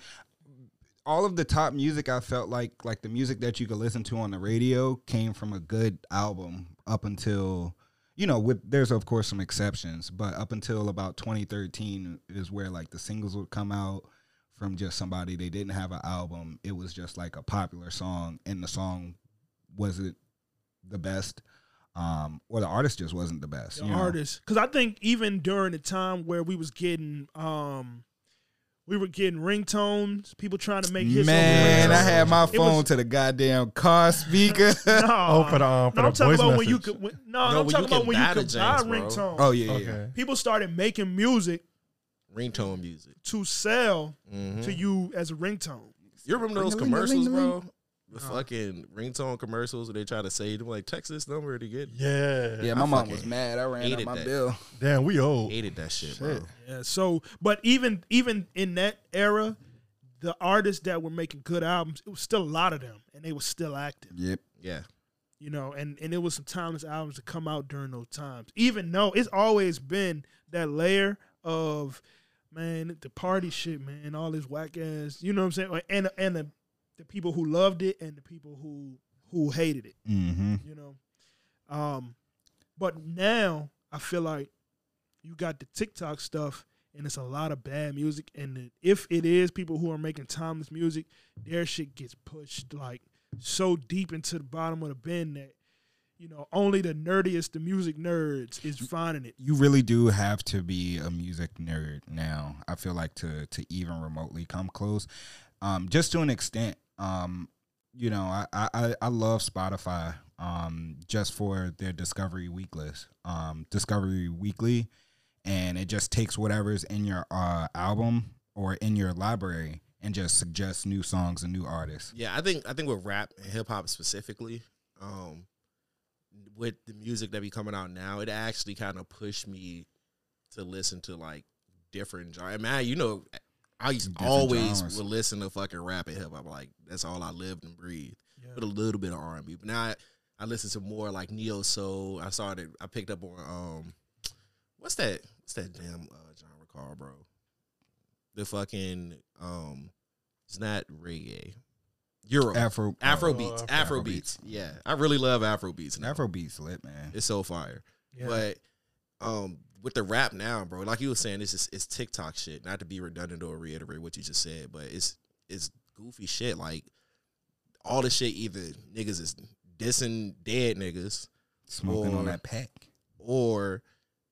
B: all of the top music I felt like, like the music that you could listen to on the radio, came from a good album up until, you know, with there's of course some exceptions, but up until about 2013 is where like the singles would come out from just somebody they didn't have an album. It was just like a popular song, and the song wasn't the best. um, or the artist just wasn't the best.
A: the
B: you know?
A: artists because i think even during the time where we was getting um we were getting ringtones people trying to make hits
B: Man,
A: over
B: I had my
A: It was-
B: phone to the goddamn car speaker.
A: no,
D: Oh, for the, um, for
A: no,
D: the
A: I'm talking
D: voice
A: about when you
D: message.
A: could when, no,
C: No,
A: i'm
C: when
A: talking
C: you can
A: about when you
C: buy the
A: could buy
C: James, bro.
A: ringtones
B: oh yeah, yeah, yeah.
D: Okay.
A: people started making music
C: Ringtone music. Mm-hmm.
A: to sell to you as a ringtone
C: You remember those
B: Ring-a-ling-a-ling-a-ling.
C: commercials, bro? The fucking ringtone commercials where they try to say them like text this number to get.
D: Yeah.
B: Yeah, my mom
C: fucking
B: was mad. I ran up
C: hated
B: my
C: that.
B: bill.
D: Damn, we old.
C: Hated that shit, bro.
D: Shit.
A: Yeah. So, but even even in that era, the artists that were making good albums, it was still a lot of them, and they were still active.
B: Yep.
C: Yeah,
A: You know, and and it was some timeless albums to come out during those times. Even though it's always been that layer of man, the party shit, man, all this whack ass. You know what I'm saying? Like, And and the, the people who loved it and the people who who hated it
B: Mm-hmm.
A: you know. Um, but now I feel like you got the TikTok stuff, and it's a lot of bad music. And the, if it is people who are making timeless music, their shit gets pushed like so deep into the bottom of the bin that you know only the nerdiest, the music nerds, is finding it.
B: You really do have to be a music nerd now. I feel like to to even remotely come close, um, just to an extent. Um, you know, I I, I- I love Spotify um, just for their Discovery Week list, um, Discovery Weekly, and it just takes whatever's in your uh, album or in your library and just suggests new songs and new artists.
C: yeah. I think I think with rap and hip hop specifically, um, with the music that be coming out now, it actually kind of pushed me to listen to like different genres. Man, you know, I used
B: Different
C: always
B: genres.
C: would listen to fucking rap and hip hop. Like that's all I lived and breathed. With a little bit of R and B, but now I, I listen to more like neo soul. I started. I picked up on um, what's that? What's that damn uh, genre called, bro? The fucking um, it's not reggae. Euro.
B: Afro
C: Afrobeats.
D: Oh,
B: Afrobeats.
C: Afro Afrobeats. Yeah. I really love Afrobeats. now.
B: Afrobeats lit man.
C: It's so fire.
A: Yeah.
C: But um with the rap now, bro, like you were saying, this is it's TikTok shit. Not to be redundant or reiterate what you just said, but it's it's goofy shit. Like all the shit either niggas is dissing dead niggas
B: Smoking on
C: Or-
B: that pack.
C: or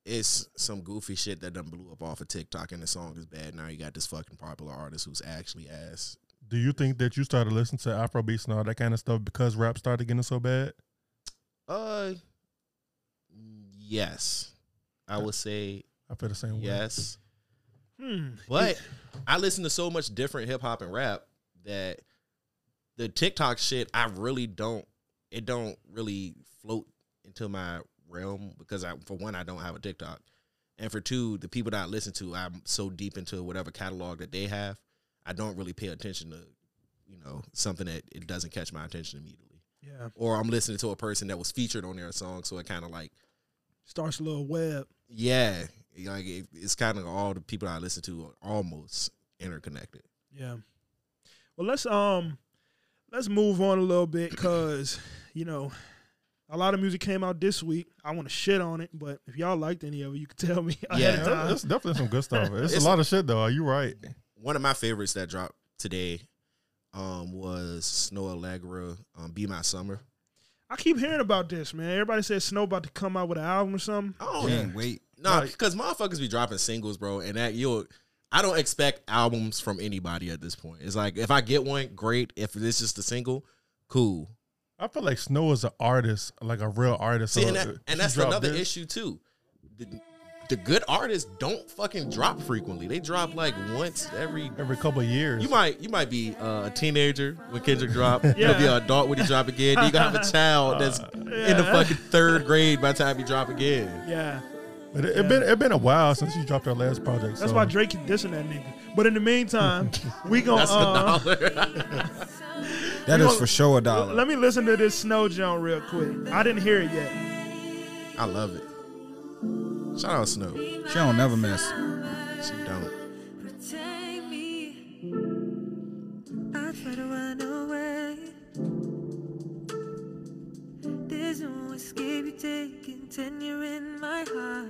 C: it's some goofy shit that done blew up off of TikTok and the song is bad. Now you got this fucking popular artist who's actually ass.
D: Do you think that you started listening to Afrobeats and all that kind of stuff because rap started getting so bad?
C: Uh mm, yes. I would say
D: I feel the same way.
C: yes.
A: Hmm.
C: But I listen to so much different hip hop and rap that the TikTok shit I really don't it don't really float into my realm because I for one I don't have a TikTok. And for two, the people that I listen to, I'm so deep into whatever catalog that they have, I don't really pay attention to, you know, something that it doesn't catch my attention immediately.
A: Yeah,
C: Or I'm listening to a person that was featured on their song, so it kind of like
A: starts a little web.
C: yeah, like it, it's kind of all the people I listen to are almost interconnected.
A: Yeah. Well, let's um, let's move on a little bit because you know, a lot of music came out this week. I want to shit on it, but if y'all liked any of it, you can tell me. ahead
D: Yeah,
A: of
D: that-
A: time.
D: that's definitely some good stuff. It's,
C: It's-
D: a lot of shit though. You right?
C: One of my favorites that dropped today um, was Snow Allegra, um, "Be My Summer."
A: I keep hearing about this, man. Everybody says Snow about to come out with an album or something.
C: Oh
B: Can't wait.
C: nah, because motherfuckers be dropping singles, bro, and that you. I don't expect albums from anybody at this point. It's like if I get one, great. If it's just a single, cool.
D: I feel like Snow is an artist, like a real artist.
C: See,
D: So
C: and, that,
D: if Uh, she
C: and that's
D: dropped
C: another
D: this-
C: issue too. The, the good artists don't fucking drop frequently. They drop like once every
D: Every couple of years,
C: You might you might be uh, a teenager when Kendrick drop.
A: Yeah.
C: You'll be an adult when he drop again. Then you gonna have a child that's in the
A: yeah.
C: fucking third grade by the time you drop again.
A: Yeah,
D: but it, it been it been a while since you dropped her last project.
A: that's
D: so.
A: why Drake can dissing that nigga. But in the meantime, we gonna
C: That's
A: uh,
C: the dollar.
B: That
A: You
B: is
A: gon-
B: for sure a dollar.
A: let me listen to this Snow John real quick. I didn't hear it yet.
C: I love it. Shout out Snow.
B: she don't never miss.
C: She don't.
E: Protect me. I try to run away. There's no escape you take, and you're in my heart.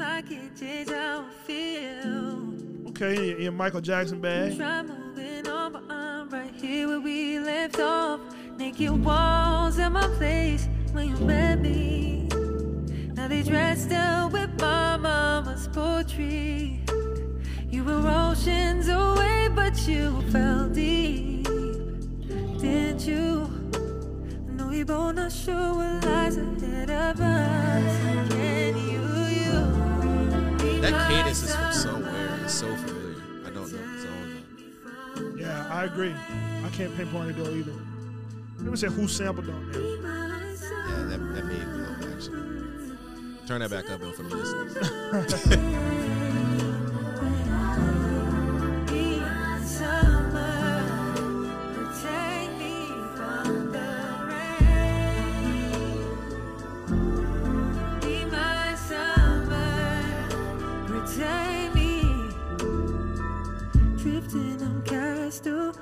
E: I can't change how I feel.
A: Okay, in- in Michael Jackson bag.
E: Try moving on, but I'm right here where we left off. Naked walls in my place. when you're ready. Now they dressed up with my mama's poetry. You were oceans away, but you fell deep, didn't you? No, we both not sure what lies ahead of us. Can you, you be
C: That
E: my
C: cadence is from
E: summer?
C: somewhere. It's so familiar. I don't know the song.
A: Yeah, I agree. I can't pinpoint it though either. Let me say who sampled on there.
C: though. Yeah, that, that made me know, actually. Turn that back up, though, for the listeners.
E: Be my summer. Protect me from the rain. Be my summer. Protect me. Drifting, I'm cast away.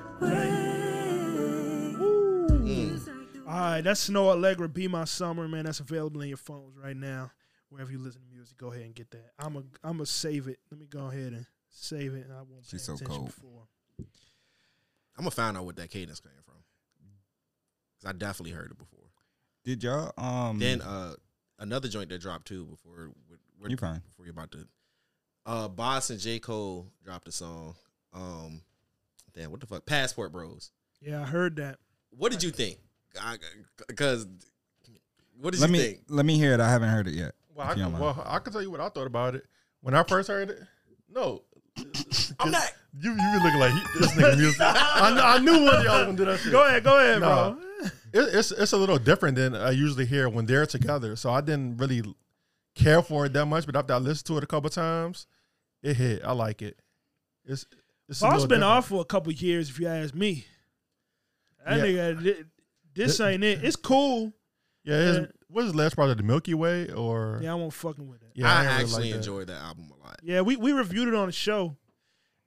C: Mm.
A: All right, that's Snow Allegra, Be My Summer, man. That's available in your phones right now. Wherever you listen to music, go ahead and get that. I'm a I'm a save it. Let me go ahead and save it. I won't pay
B: She's so
A: attention
B: cold.
A: before.
C: I'm going to find out what that cadence came from. Because I definitely heard it before.
B: Did y'all um
C: Then
A: Mm.
C: uh, another joint that dropped, too, before, we're, we're-
B: You fine.
C: before you're about to. Uh, Boss and J. Cole dropped a song. Um, damn, what the fuck? Passport Bros.
A: Yeah, I heard that.
C: What did you think? Because what did
B: let
C: you
B: me
C: think?
B: let me hear it. I haven't heard it yet.
D: Well, I
B: if you don't
D: can,
B: mind.
D: well, I can tell you what I thought about it when I first heard it. No,
C: I'm not.
D: you you be looking like he- this nigga music. I, kn- I knew one of y'all was gonna do that shit.
A: Go ahead, go ahead,
D: Nah.
A: bro.
D: It, it's it's a little different than I usually hear when they're together. So I didn't really care for it that much. But after I listened to it a couple times, it hit. I like it. It's it's a
A: Bob's
D: little
A: been
D: different.
A: off for a couple years, if you ask me. That
D: Yeah.
A: nigga, thi- this
D: Th-
A: ain't it. It's cool.
D: Yeah,
A: Yeah.
D: his, what is his last project? The Milky Way or
A: Yeah, I won't fucking with it.
D: Yeah,
C: I,
D: ain't really
C: actually
D: like that.
C: enjoyed that album a lot.
A: Yeah, we, we reviewed it on the show,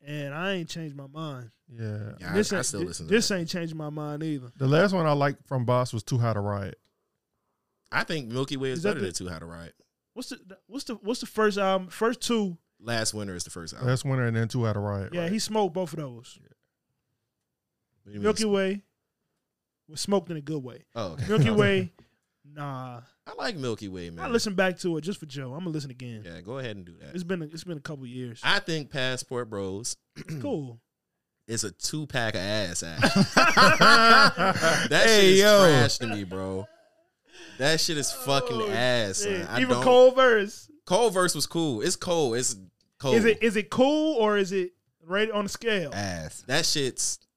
A: and I ain't changed my mind.
D: Yeah,
C: Yeah,
A: this
C: I, I
A: ain't,
C: still
A: thi-
C: listen to
A: this
C: that.
A: ain't changed my mind either.
D: the last one I liked from Boss was Too High to Riot.
C: I think Milky Way is,
A: Is that
C: better than
A: the-
C: Too How to Ride.
A: What's the what's the what's the first album? First two.
C: Last Winter is the
A: Uh,
C: first album.
D: Last Winter and then Too High to Riot.
A: Yeah,
D: right?
A: he smoked both of those.
C: What do you mean?
A: Milky Way was smoked in a good way.
C: Oh, okay.
A: Milky Way, nah.
C: I like Milky Way, man.
A: I listen back to it just for Joe. I'm gonna listen again.
C: Yeah, go ahead and do that.
A: It's been a, it's been a couple years.
C: I think Passport Bros
A: cool.
C: is a two pack of ass ass. that shit is
B: yo.
C: trash to me, bro. That shit is fucking ass. son.
A: Yeah,
C: I
A: Oh, even
C: don't-
A: Cole verse.
C: Cole verse was cool. It's cold. It's cold.
A: Is it is it cool or is it rated on the scale?
B: Ass.
C: that shit's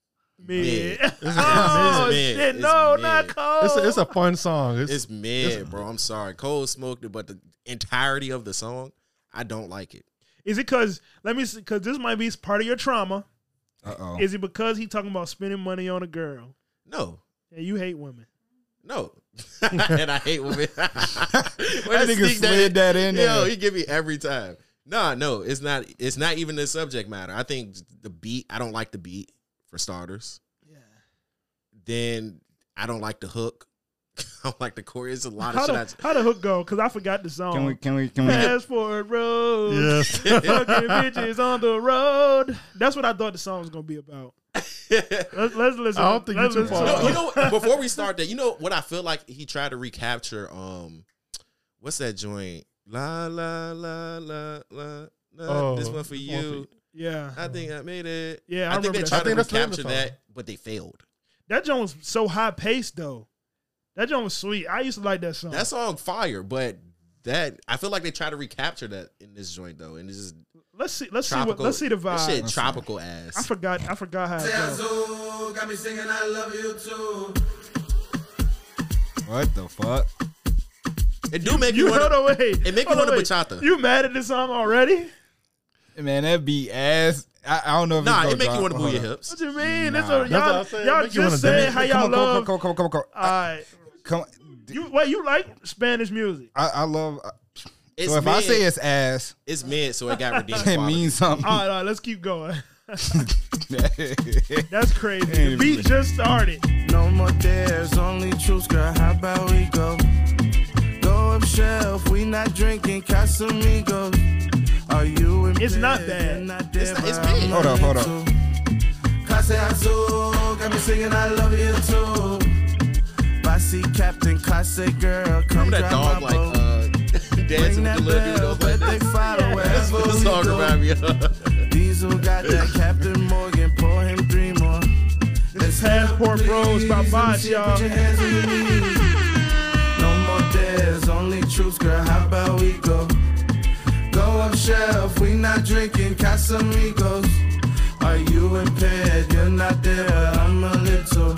A: Mid.
C: Mid.
A: oh
C: It's mid.
A: shit!
C: It's
A: No,
C: mid.
A: not Cole.
D: It's a, it's a fun song. It's,
C: It's mid, bro. I'm sorry. Cole smoked it, but the entirety of the song, I don't like it.
A: is it because let me because this might be part of your trauma?
B: Uh oh.
A: Is it because he talking about spending money on a girl?
C: No,
A: Yeah, you hate women.
C: no. and I hate women. that
B: nigga slid that in
C: Yo,
B: there.
C: he give me every time. No, no, it's not. It's not even the subject matter. I think the beat. I don't like the beat for starters. Yeah. Then I don't like the hook. I don't like the chorus. It's a lot of
A: How
C: shit. I
A: the, how the hook go? Because I forgot the song.
B: Can we can we can we
A: Fast forward road.
D: yes.
A: Fucking bitches on the road. That's what I thought the song was gonna be about. Let's, let's listen.
D: I don't think
A: let's
D: you too
A: listen
D: far
A: to
C: No,
D: off.
A: it.
C: you know what? Before we start that, you know what I feel like he tried to recapture. Um, what's that joint? La la la la la. la
D: Oh,
C: this one for
D: this one for
C: you.
A: Yeah,
C: I think I made it.
A: Yeah,
C: I,
A: I
C: think they
A: remember that.
C: tried
D: I
C: to
D: think that's the name of
C: recapture
D: the song.
C: that, but they failed.
A: that joint was so high paced though. That joint was sweet. I used to like that song.
C: That song fire, but that I feel like they tried to recapture that in this joint though, and it's just
A: let's see. Let's see what.
C: tropical.
A: Let's see the
C: this
A: vibe.
C: Shit, tropical
A: I
C: ass.
A: forgot. I forgot how it goes.
B: what the fuck?
C: It do make you,
A: You held
C: want.
A: away.
C: it make me
A: Hold
C: wanna
A: away.
C: bachata.
A: You mad at this song already?
B: Man, that beat ass. I, I don't know if it's
C: Nah,
B: gonna
C: it make you
B: drop.
C: want to move
B: Hold
C: your
B: up.
C: hips.
A: What you mean? It's
B: Nah.
A: a,
B: That's
D: what
A: y'all
D: I'm saying.
A: y'all
D: Make you wanna
A: just said
D: dance.
A: how y'all
B: Come on,
A: love. Uh,
B: Come on, come on, come on, come on, come on.
A: Alright.
B: Come on.
A: You wait. You like Spanish music?
B: I, I love.
C: It's
B: So if
C: mid,
B: I say it's ass,
C: it's mid, so it got redeemed.
B: it
C: quality.
B: means something.
A: All right, all right, let's keep going.
B: That's
A: That's crazy. The beat just started.
H: No more dares, only truths, girl. How about we go? Go up shelf, we not drinking Casamigos. Are you in
A: It's
H: bed?
A: not bad.
H: You're Not there,
C: It's- it's
H: but I'm
C: bad.
B: Hold up, hold up.
H: too. Casa Azul, got me singing I love you too. Pase Classy captain, classy girl. Come
C: Remember
H: drive
C: that dog
H: my
C: like
H: boat.
C: uh, dancing
H: Bring
C: with the
H: that
C: little dude that
H: bell,
C: was like
H: but they
C: that?
H: follow
C: That's
H: wherever
C: what this
H: we
C: song
H: go.
C: remind me of.
H: Diesel got that Captain Morgan, pour him three more. Let's have
A: Passport Bros by
H: please.
A: Bosh,
H: Let me see you
A: y'all.
H: Put your hands on your knees. No more dares, only truths, girl. How about we go? Go up shelf, we not drinking Casamigos. Are you impaired? You're not there, I'm a little.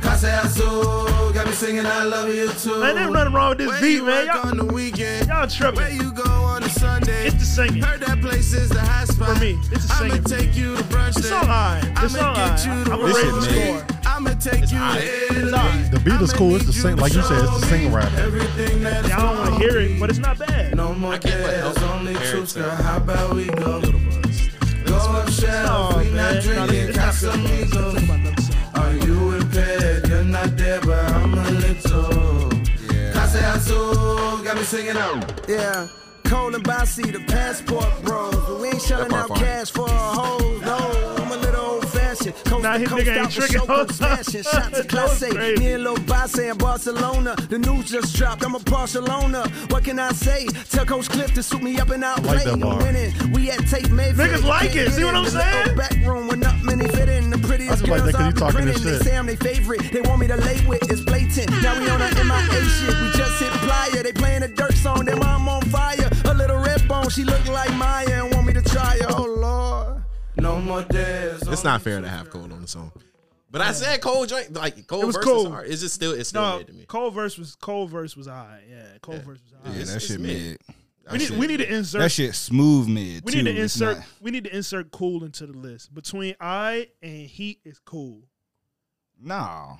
H: Casa Azul, got me singing, I love you too.
A: Man, there's nothing wrong with this
H: Where
A: beat,
H: you
A: man.
H: work on
A: Y'all,
H: the weekend.
A: y'all
H: Where
A: tripping.
H: you go on a Sunday?
A: It's the singing.
H: Heard that place is the hot spot.
A: For me, it's the
H: I'ma
A: singing.
H: take you to brunch.
A: It's
H: then.
A: all right. It's
H: I'ma
A: all
H: get
A: right.
H: you to
A: I'ma
H: Rome.
B: raise the score.
H: I'ma take you
C: all right.
H: to
A: It's
H: Italy.
A: all right.
D: The beat is cool. It's the sing, like you said, it's the sing rap.
H: Everything that's
A: Y'all don't want to hear it, but it's not bad.
H: no more
C: I can't let help
H: days, only
C: compare it
H: truths,
C: to-
H: girl. How about we go?
C: Little Buzz.
H: Go up shelf,
A: Oh,
H: we not
A: man. No,
H: drinking
A: this- this not good. Talk
H: Casamigos.
A: about another song.
H: Are you impaired? You're not there, but I'm a little. Casa Azul, got me singing out.
I: Yeah. Cole and Bossy, the passport bros. But we ain't shelling
C: part
I: out
C: fine.
I: cash for a whole no. I'm a little old fashioned. Coast
A: Nah,
I: to
A: his
I: coast,
A: nigga
I: out
A: ain't
I: with
A: tricking.
I: showboat smashing. Shots of
A: That was
I: class A.
A: crazy.
I: Me and Lil Boss in Barcelona. The news just dropped. I'm a Barcelona. What can I say? Tell Coach Cliff to suit me up and out.
D: like that
I: playing.
D: bar.
I: I'm winning. We at Tate Mayfield.
A: Niggas like
I: Can't
A: it.
I: get
A: See what
I: in.
A: I'm
I: The little
A: saying?
I: Back room when not many fit in. The prettiest
D: just like
I: girls
D: that 'cause you
I: I've been
D: talking this
I: grinning. They
D: shit.
I: say I'm they favorite. They want me to lay with. It's blatant. Now we on that MIA shit. We just hit Playa. They playing a dirt song. Their mom on fire. A little red bone. She look like Maya and want me to try her. Oh Lord.
H: No more days.
C: It's not fair to have Cole on the song. But I said Cole joint like Cole
A: It was
C: versus
A: cool.
C: hard. It's just still it's still
A: No,
C: mid to me.
A: Cole verse was Cole verse was alright. Yeah, Cole verse was alright.
B: Yeah, that
C: it's
B: shit
C: mid.
B: mid.
A: we need we need to insert
B: That shit smooth mid.
A: we
B: too.
A: need to
B: It's
A: insert
B: not-
A: we need to insert cool into the list. Between I and Heat is cool.
B: No.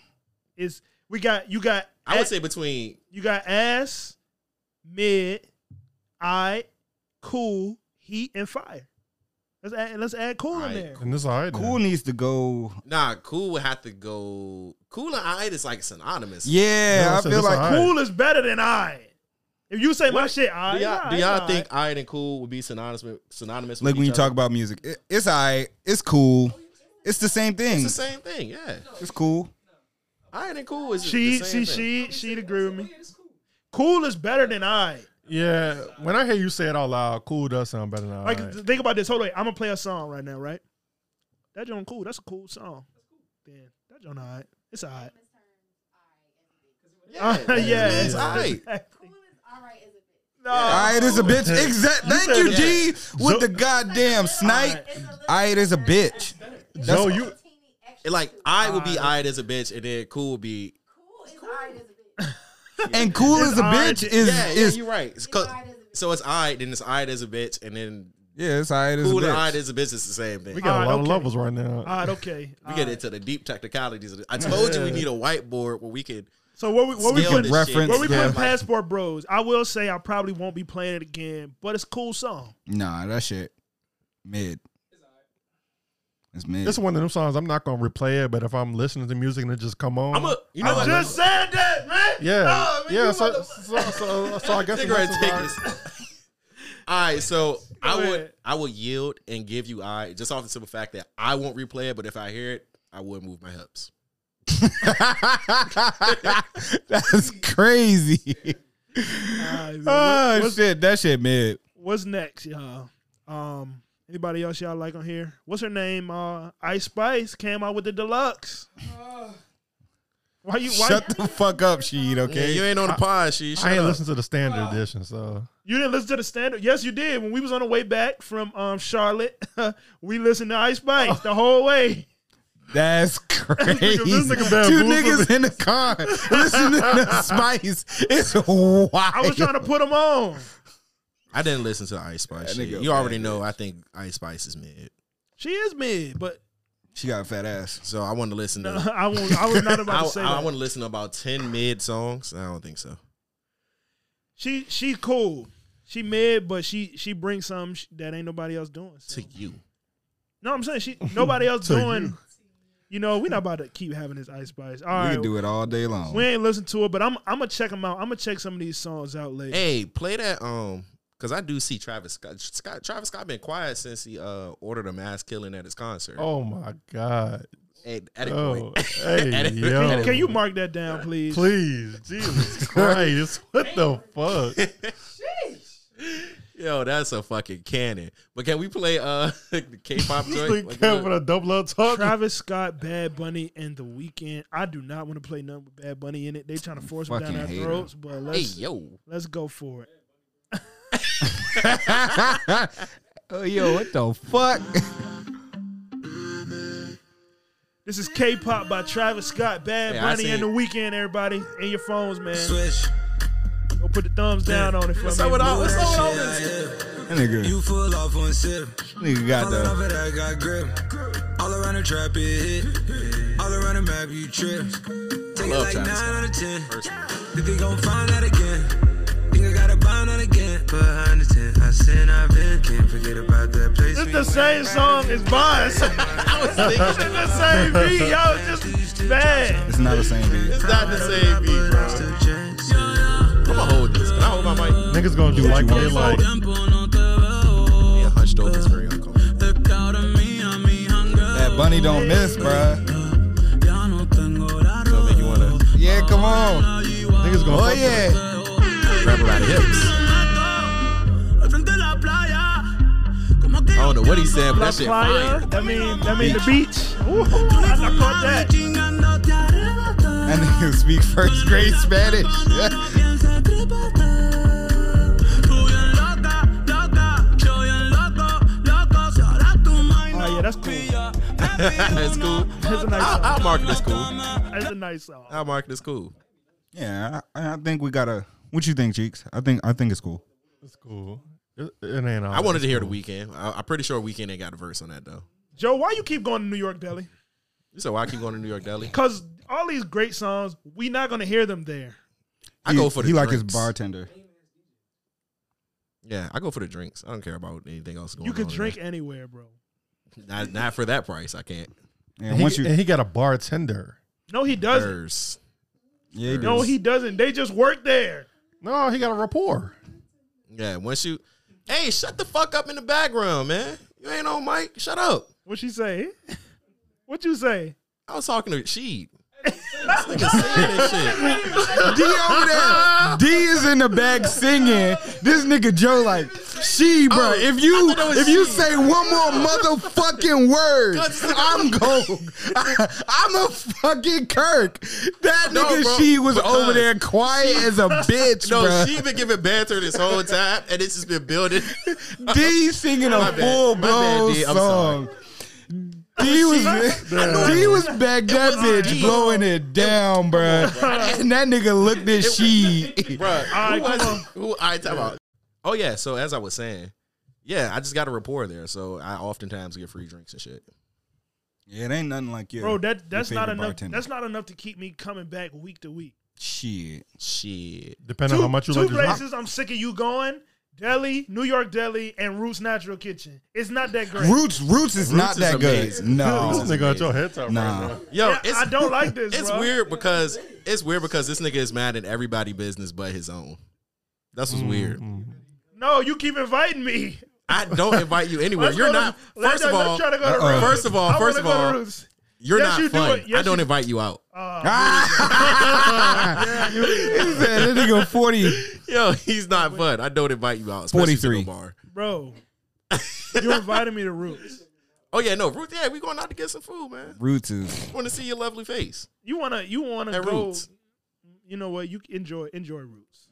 A: Is we got you got
C: I would
A: a-
C: say between
A: you got ass, mid, I, cool, heat, and fire. Let's add let's add cool in
C: Alright,
A: there.
D: And it's all right.
B: Cool needs to go.
C: nah, cool would have to go cool and I is like synonymous.
B: Yeah,
D: No,
B: I
D: so
B: feel
D: this
B: like
D: alright.
A: Cool is better than I. If you say my shit, I
C: Do y'all, do y'all think I and cool would be synonymous with synonymous
B: Look,
C: with
B: when
C: each
B: you talk
C: other?
B: about music, it, it's all right. It's cool. It's the same thing.
C: it's
B: It's,
C: the same thing, yeah.
B: cool.
C: I and cool is
A: she
C: the
A: see
C: same thing.
A: she she'd agree with me. Cool is better than I.
D: Yeah, when I hear you say it out loud, cool does sound better than all
A: Like
D: right.
A: think about this. Hold on, I'm gonna play a song right now, right? That joint cool. That's a cool song. Then that joint alright. It's alright.
C: Yeah,
A: Yeah,
C: yeah, it's
A: Oh, yeah.
C: all right.
A: No,
B: All right, it's a bitch. Exact. Thank you, G, with the goddamn snipe. All right, it's a bitch.
D: Joe, you
C: Like I would be I as a bitch and then cool would be
B: And cool
A: It's
B: as a
A: all right.
B: bitch is
C: Yeah, yeah,
B: is
C: you're right. It's co- so it's I, then it's I as a bitch, and then
B: yeah. It's all right. It's a
C: cool and I
B: bitch.
C: as a bitch is the same thing.
D: we
C: We,
A: Alright,
D: got a lot of
A: okay.
D: levels right now.
A: All right, okay. All
C: get
A: right.
C: into the deep technicalities. Of it. I told you we need a whiteboard where we could
A: So what we what we
C: scale
A: put
C: this
B: reference-
A: Where we
C: shit.
B: Yeah.
A: put Passport Bros, I will say I probably won't be playing it again, but it's a cool song.
B: Nah, that shit mid. It's mid.
D: This is one of them songs I'm not gonna replay it, but if I'm listening to music and it just come on,
C: I'm a, you know
A: I
C: what?
A: just said that, man.
D: yeah,
A: Nah, man,
D: yeah.
A: you
D: So,
A: mother-
D: so, so, so I guess
C: Nigga,
D: the rest
C: I
D: is
C: take
D: alright.
C: this. All right, so I would
A: ahead.
C: I would yield and give you I just off the simple fact that I won't replay it, but if I hear it, I would move my hips.
B: That's crazy.
A: All right,
B: Oh
A: what- what's,
B: shit, that shit mid.
A: what's next, y'all? Um, anybody else y'all like on here? What's her name? Uh, Ice Spice came out with the deluxe. Why you why
B: Shut the fuck up, Sheed. Okay.
C: you ain't on the pod, she.
D: I ain't listening to the standard edition, so
A: you didn't listen to the standard? Yes, you did. When we was on the way back from um Charlotte, we listened to Ice Spice the whole way.
B: That's crazy.
D: this nigga
B: Two
D: bamboozled
B: niggas in the car listening to Spice. It's wild.
A: I was trying to put them on.
C: I didn't listen to Ice
B: That
C: Spice. shit.
B: nigga
C: You already
B: bad,
C: know. I think Ice Spice is mid,
A: She is mid, but
B: She got a fat ass.
C: so I want to listen to.
A: I won't, I was not about
C: I,
A: to say
C: I
A: that.
C: want to listen to about ten mid songs. I don't think so.
A: She she cool. She mid, but she she brings something sh- that ain't nobody else doing. so.
C: To you,
A: No, I'm saying she nobody else
D: To
A: doing. You.
D: you. know,
A: know, we not about to keep having this ice spice. All
B: we
A: right, we
B: can do it all day long.
A: ain't listen to it, but I'm I'm gonna check them out. I'm gonna check some of these songs out later.
C: hey, play that um, because I do see Travis Scott. Scott. Travis Scott been quiet since he uh ordered a mass killing at his concert.
D: oh my god,
C: at, at a
D: Oh,
C: point.
D: hey,
C: Edit-
D: yo.
A: Can you mark that down, please?
D: Please, Jesus Christ, what the fuck?
C: Yo, that's a fucking cannon. But can we play uh the K-pop joint?
D: Like
C: Like,
D: that
C: what-
D: with a double up talk.
A: Travis Scott, Bad Bunny, and The Weeknd. I do not want to play nothing with Bad Bunny in it. They trying to force it down
B: Fucking
A: our
B: hate him.
A: throats, but
C: hey
A: let's
C: yo,
A: let's go for it.
B: oh, yo, what the fuck?
A: This is K-pop by Travis Scott, Bad
C: Hey, I
A: Bunny,
C: seen
A: and The
C: it.
A: Weeknd. Everybody, in your phones, man. Go put the thumbs down on it for
C: what's
A: me.
C: up with all what's up with all this?
B: That nigga,
J: full off one sip.
B: nigga got
J: Falling off
B: the.
J: of that got grip. All around the trap it hit. All around the map you trip. Take it
C: Love
J: like
C: Travis Scott.
J: nine out of ten.
C: Personally.
J: Think they gon' find out again. Think I gotta bind out again. Behind the tent, I sin I've been. Can't forget about that place.
A: It's
J: we
A: the
J: went.
A: same song as Bonds.
C: I was
A: it's
C: thinking
A: the same beat, yo. It's just bad.
B: It's not the same beat.
C: it's not the same beat,
J: But I
C: bro.
J: still chase.
C: I'm gonna hold this. Can I hold my mic?
D: Niggas gonna do like they like.
C: Yeah, hunched over is very uncomfortable.
B: That bunny don't miss, bruh.
C: It'll make you wanna
B: Yeah, come on.
D: Niggas gonna.
B: Oh
D: fuck with
B: yeah.
C: grab her by the hips. I don't know what he said, but
A: La
C: that shit fire.
A: Playa. That mean that mean the beach. Ooh, I I caught that.
B: That nigga speak first grade Spanish.
A: Oh yeah, that's cool.
C: it's cool.
A: That's a nice
C: I'll, I'll
A: song.
C: mark it as cool.
A: That's a nice song.
C: I'll mark it as cool.
B: yeah, I, I think we gotta. What you think, Cheeks? I think I think it's cool.
D: It's cool. It, it ain't. all
C: I wanted
D: that.
C: to hear the weekend. I, I'm pretty sure weekend ain't got a verse on that though.
A: Joe, why you keep going to New York Deli?
C: So why I keep going to New York Deli?
A: Cause all these great songs, we not gonna hear them there.
C: I
B: He-
C: go for the
B: he like
C: drinks.
B: his bartender.
C: Yeah, I go for the drinks. I don't care about anything else going
A: You could
C: on in
A: drink anywhere, bro.
C: there. Not, not for that price. I can't.
B: And
D: And
B: once
D: he,
B: you,
D: and he got a bartender.
A: No, he doesn't.
C: There's-
B: yeah, he
A: No,
B: does.
A: he doesn't. They just work there.
D: No, he got a rapport.
C: Yeah, once you. Hey, shut the fuck up in the background, man. You ain't on mic. Shut up.
A: What she say? What you say?
C: I was talking to Sheed. This nigga saying that shit.
B: D over there. D is in the back singing. This nigga Joe like, she, bro.
C: Oh,
B: if you
C: I thought it was
B: if you
C: she."
B: say one more motherfucking word,
C: That's-
B: I'm going. I'm a fucking Kirk. That
C: No,
B: nigga
C: bro,
B: she was
C: because
B: over there quiet as a bitch,
C: No,
B: bro.
C: she been giving banter this whole time, and it's just been building.
B: D singing
C: My
B: a
C: bad.
B: full
C: My
B: blown
C: bad, D. I'm sorry.
B: song. D was D was back that
C: was
B: bitch
C: D.
B: blowing it down, bro. And that nigga looked at she.
C: Bruh,
A: right,
C: who
A: come
C: was
A: on.
C: it? Who I talk about? Oh yeah. So as I was saying, yeah, I just got a rapport there, so I oftentimes get free drinks and shit.
B: Yeah, it ain't nothing like you,
A: Bro, that that's not enough.
B: Bartender.
A: That's not enough to keep me coming back week to week.
B: shit.
C: Shit.
D: Depending on how much you
A: two
D: like this.
A: places I'm sick of you going. Deli, New York Deli, and Roots Natural Kitchen. It's not that great.
B: Roots, roots is not
C: is
B: that good.
C: amazing.
D: This
B: No,
D: nigga got your head top
B: Nah.
D: right now.
C: Yo,
A: Yeah, I don't like this,
C: It's
A: bruh.
C: weird because it's weird because this nigga is mad at everybody business but his own. That's what's weird.
A: No, you keep inviting me.
C: I don't invite you anywhere.
A: Let's
C: You're
A: go to-
C: not.
A: let's-
C: first of
A: let's
C: all, uh-uh.
A: try to go to
B: Uh-oh.
A: Roots.
C: first of all,
A: I
C: first
A: wanna
C: of
A: go to
C: all,
A: Roots.
C: you're
A: Yes,
C: not
A: you do
C: fun.
A: it. Yes,
C: I don't
A: you- Uh-huh.
C: invite you out.
B: he said that nigga forty.
C: Yo, he's not fun. I don't invite you out. Especially to
B: 43.
C: no bar.
A: bro. You invited me to Roots.
C: Oh yeah, no, Ruth. Yeah, we going out to get some food, man.
B: Roots is
C: Want to see your lovely face
A: You wanna you wanna
C: at
A: go.
C: Roots.
A: You know what? You enjoy enjoy Roots.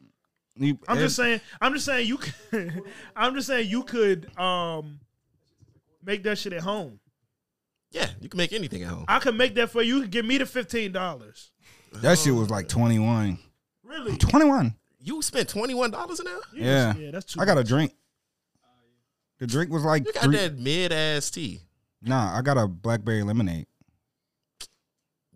B: you-
A: I'm just
B: it-
A: saying. I'm just saying you. Could, I'm just saying you could um make that shit at home.
C: Yeah, you can make anything at home.
A: I could make that for you. You could give me the fifteen dollars.
B: that shit was like 21.
A: Really?
B: 21.
C: You spent twenty one dollars an hour.
B: Yeah,
A: Yeah, that's too.
B: I got a drink. The drink was like
C: You got
B: three.
C: that mid ass tea.
B: Nah, I got a blackberry lemonade.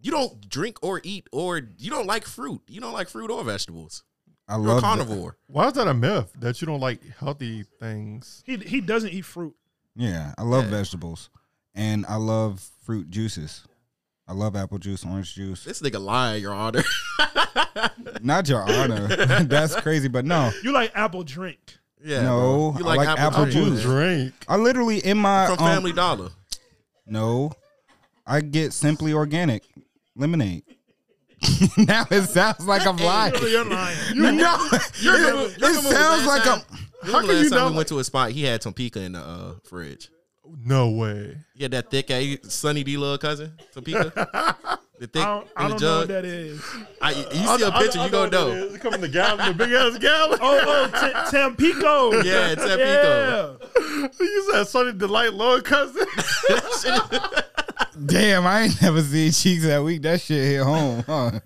C: You don't drink or eat or you don't like fruit. You don't like fruit or vegetables.
B: I
C: You're a
B: love
C: carnivore.
D: Why is that a myth that you don't like healthy things?
A: He he doesn't eat fruit.
B: Yeah, I love vegetables, and I love fruit juices. I love apple juice, orange juice.
C: This nigga lying, Your Honor.
B: Not your honor. That's crazy, but no.
A: You like apple drink.
C: yeah,
B: No,
C: bro.
B: I like apple
D: Apple
B: juice. Um,
D: drink.
B: I literally in my
C: from
B: um,
C: Family Dollar.
B: No. I get simply organic lemonade. now it sounds like I'm lying.
A: You're lying.
B: You know,
C: You remember-
B: it,
C: you
B: it
C: remember
B: sounds
C: last
B: like
C: time-
B: I'm.
C: How
A: can you
C: last time
A: know?
C: we went to a spot, he had Topeka in the uh, fridge.
D: No way.
C: He had that thick ass Sunny D little cousin, Topeka. the thick
A: I don't, I
C: in the
A: don't know what
C: jug.
A: that is.
C: I, you see a picture, you gonna know.
D: Coming the gallon, the big ass gallon.
A: Oh, oh, T- Tampico.
C: Yeah, Tampico.
A: Yeah.
D: you said Sonny Delight, little cousin.
B: Damn, I ain't never seen cheeks that week. That shit hit home. Huh?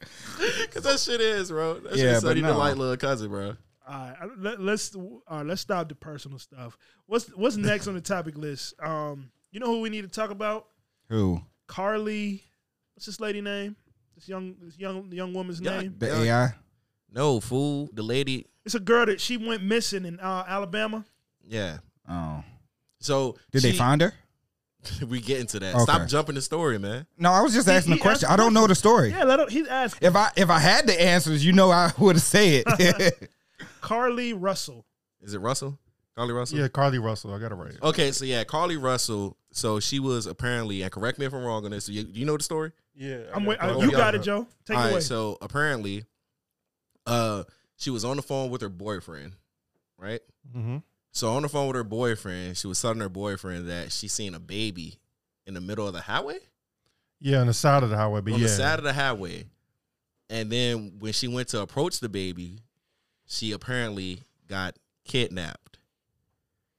C: Cause that shit is, bro. That
B: Yeah,
C: shit Sunny
B: but no.
C: Delight little cousin, bro.
A: All right, I- let, let's all right, let's stop the personal stuff. What's what's next on the topic list? Um, you know who we need to talk about?
B: Who?
A: Carly. What's this lady name? This young this young young woman's
C: Yeah.
A: name.
B: The AI?
C: No fool, the lady.
A: It's a girl that she went missing in uh, Alabama.
C: Yeah.
B: Oh,
C: So
B: did they
C: she-
B: find her?
C: We get into that.
B: Okay.
C: Stop jumping the story, man.
B: No, I was just asking
A: he
B: a question.
A: asked
B: I don't know the story.
A: Yeah, let her, he's asked
B: If I if I had the answers, you know I would say it.
A: Carly Russell.
C: Is it Russell? Carly Russell?
D: yeah, Carly Russell. I got it right.
C: Okay, so yeah, Carly Russell. So she was apparently, and correct me if I'm wrong on this. You, you know the story?
D: Yeah,
A: I'm wait,
C: got it.
A: you
C: Okay.
A: got it, Joe. Take
C: All
A: it
C: right,
A: away.
C: so apparently, uh, she was on the phone with her boyfriend, right?
D: Mm-hmm.
C: So on the phone with her boyfriend, she was telling her boyfriend that she seen a baby in the middle of the highway,
D: Yeah, on the side of the highway, but
C: on
D: yeah,
C: the side of the highway. And then when she went to approach the baby, she apparently got kidnapped.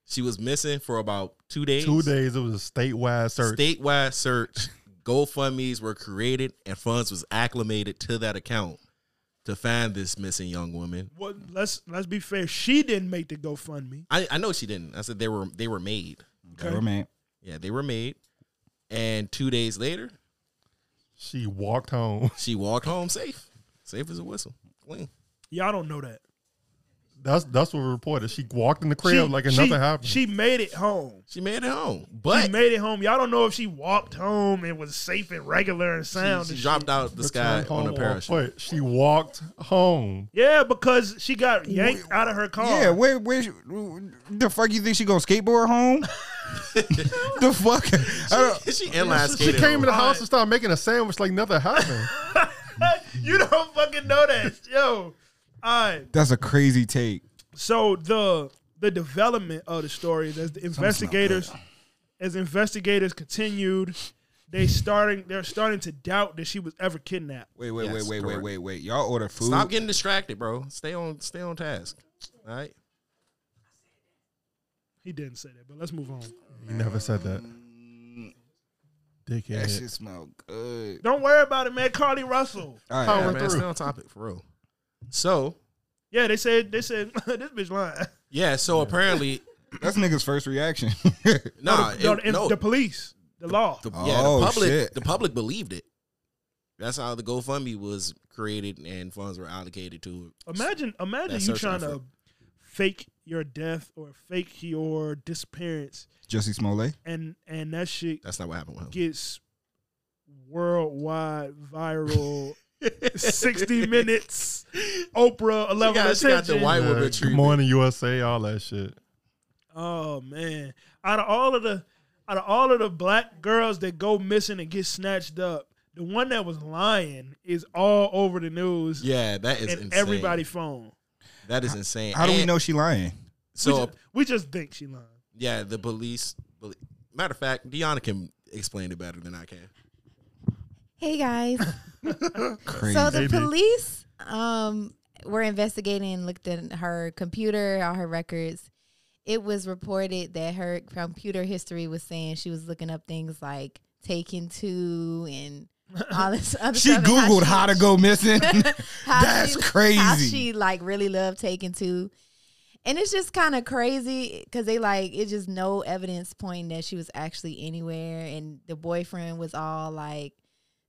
C: She was missing for about two days.
D: two days it was a statewide search.
C: Statewide search. GoFundMe's were created and funds was acclimated to that account to find this missing young woman.
A: Well, let's let's be fair. She didn't make the GoFundMe.
C: I, I know she didn't. I said they were they were made.
A: Okay.
B: Never mind.
C: Yeah, they were made. And two days later,
D: she walked home.
C: she walked home safe. Safe as a whistle. Clean.
A: Y'all don't know that.
D: That's that's what we reported. She walked in the crib like nothing
A: she,
D: happened.
A: She made it home.
C: She made it home.
A: she
C: But
A: made it home. Y'all don't know if she walked home and was safe and regular and sound.
C: she
A: and
C: dropped out the sky
D: Turned
C: on a
D: home
C: parachute.
D: foot. She walked home.
A: shit. yeah, because she got yanked out of her car.
B: Yeah, where where she- the fuck you think she gonna skateboard home? the fuck? I don't,
C: she inline
D: She
C: skated.
D: came in
C: home.
D: the house and started making a sandwich like nothing happened.
A: you don't fucking know that, yo. All right.
B: that's a crazy take.
A: So the the development of the story is as the investigators as investigators continued, they starting they're starting to doubt that she was ever kidnapped.
B: Wait, wait,
C: Yes,
B: wait, wait, wait,
C: correct.
B: wait, wait. Y'all order food.
C: Stop getting distracted, bro. Stay on stay on task. All right.
A: He didn't say that, but let's move on.
D: you never said that, dickhead.
B: that shit smell good.
A: Don't worry about it, man. Carly Russell.
B: All right,
D: Power
C: Yeah, man,
D: through.
C: stay on topic for real. So
A: Yeah, they said they said this bitch lying.
C: yeah, so apparently
B: that's niggas' first reaction.
C: nah, it-
A: No,
C: no,
A: the, the police, the law.
C: The- yeah,
B: Oh,
C: the public
B: shit.
C: the public believed it. That's how the GoFundMe was created and funds were allocated to.
A: imagine, imagine you
C: That search
A: trying to
C: effort.
A: fake your death or fake your disappearance,
B: Jesse Smollett.
A: and and that shit
C: That's not what happened with him.
A: gets worldwide viral. Sixty minutes, Oprah
C: She
A: level
C: got, she got the
A: attention.
C: white
D: Yeah,
C: woman
D: good
C: treatment.
D: morning USA, all that shit.
A: Oh man! Out of all of the, out of all of the black girls that go missing and get snatched up, the one that was lying is all over the news
C: Yeah, that is
A: and
C: insane.
A: everybody's phone.
C: that is insane.
B: How do we
C: And
B: know she lying?
A: We,
C: So
A: just, we just think she lying.
C: yeah, the police. bel- Matter of fact, Deanna can explain it better than I can.
K: Hey guys.
B: Crazy.
K: So the
D: Maybe.
K: police um, were investigating and looked at her computer, all her records. It was reported that her computer history was saying she was looking up things like Taken Two and all this other
B: she
K: stuff. and how
B: googled
K: she-
B: how to go missing.
K: how
B: That's crazy.
K: How she like really loved Taken Two. And it's just kind of crazy because they like it's just no evidence pointing that she was actually anywhere, and the boyfriend was all like,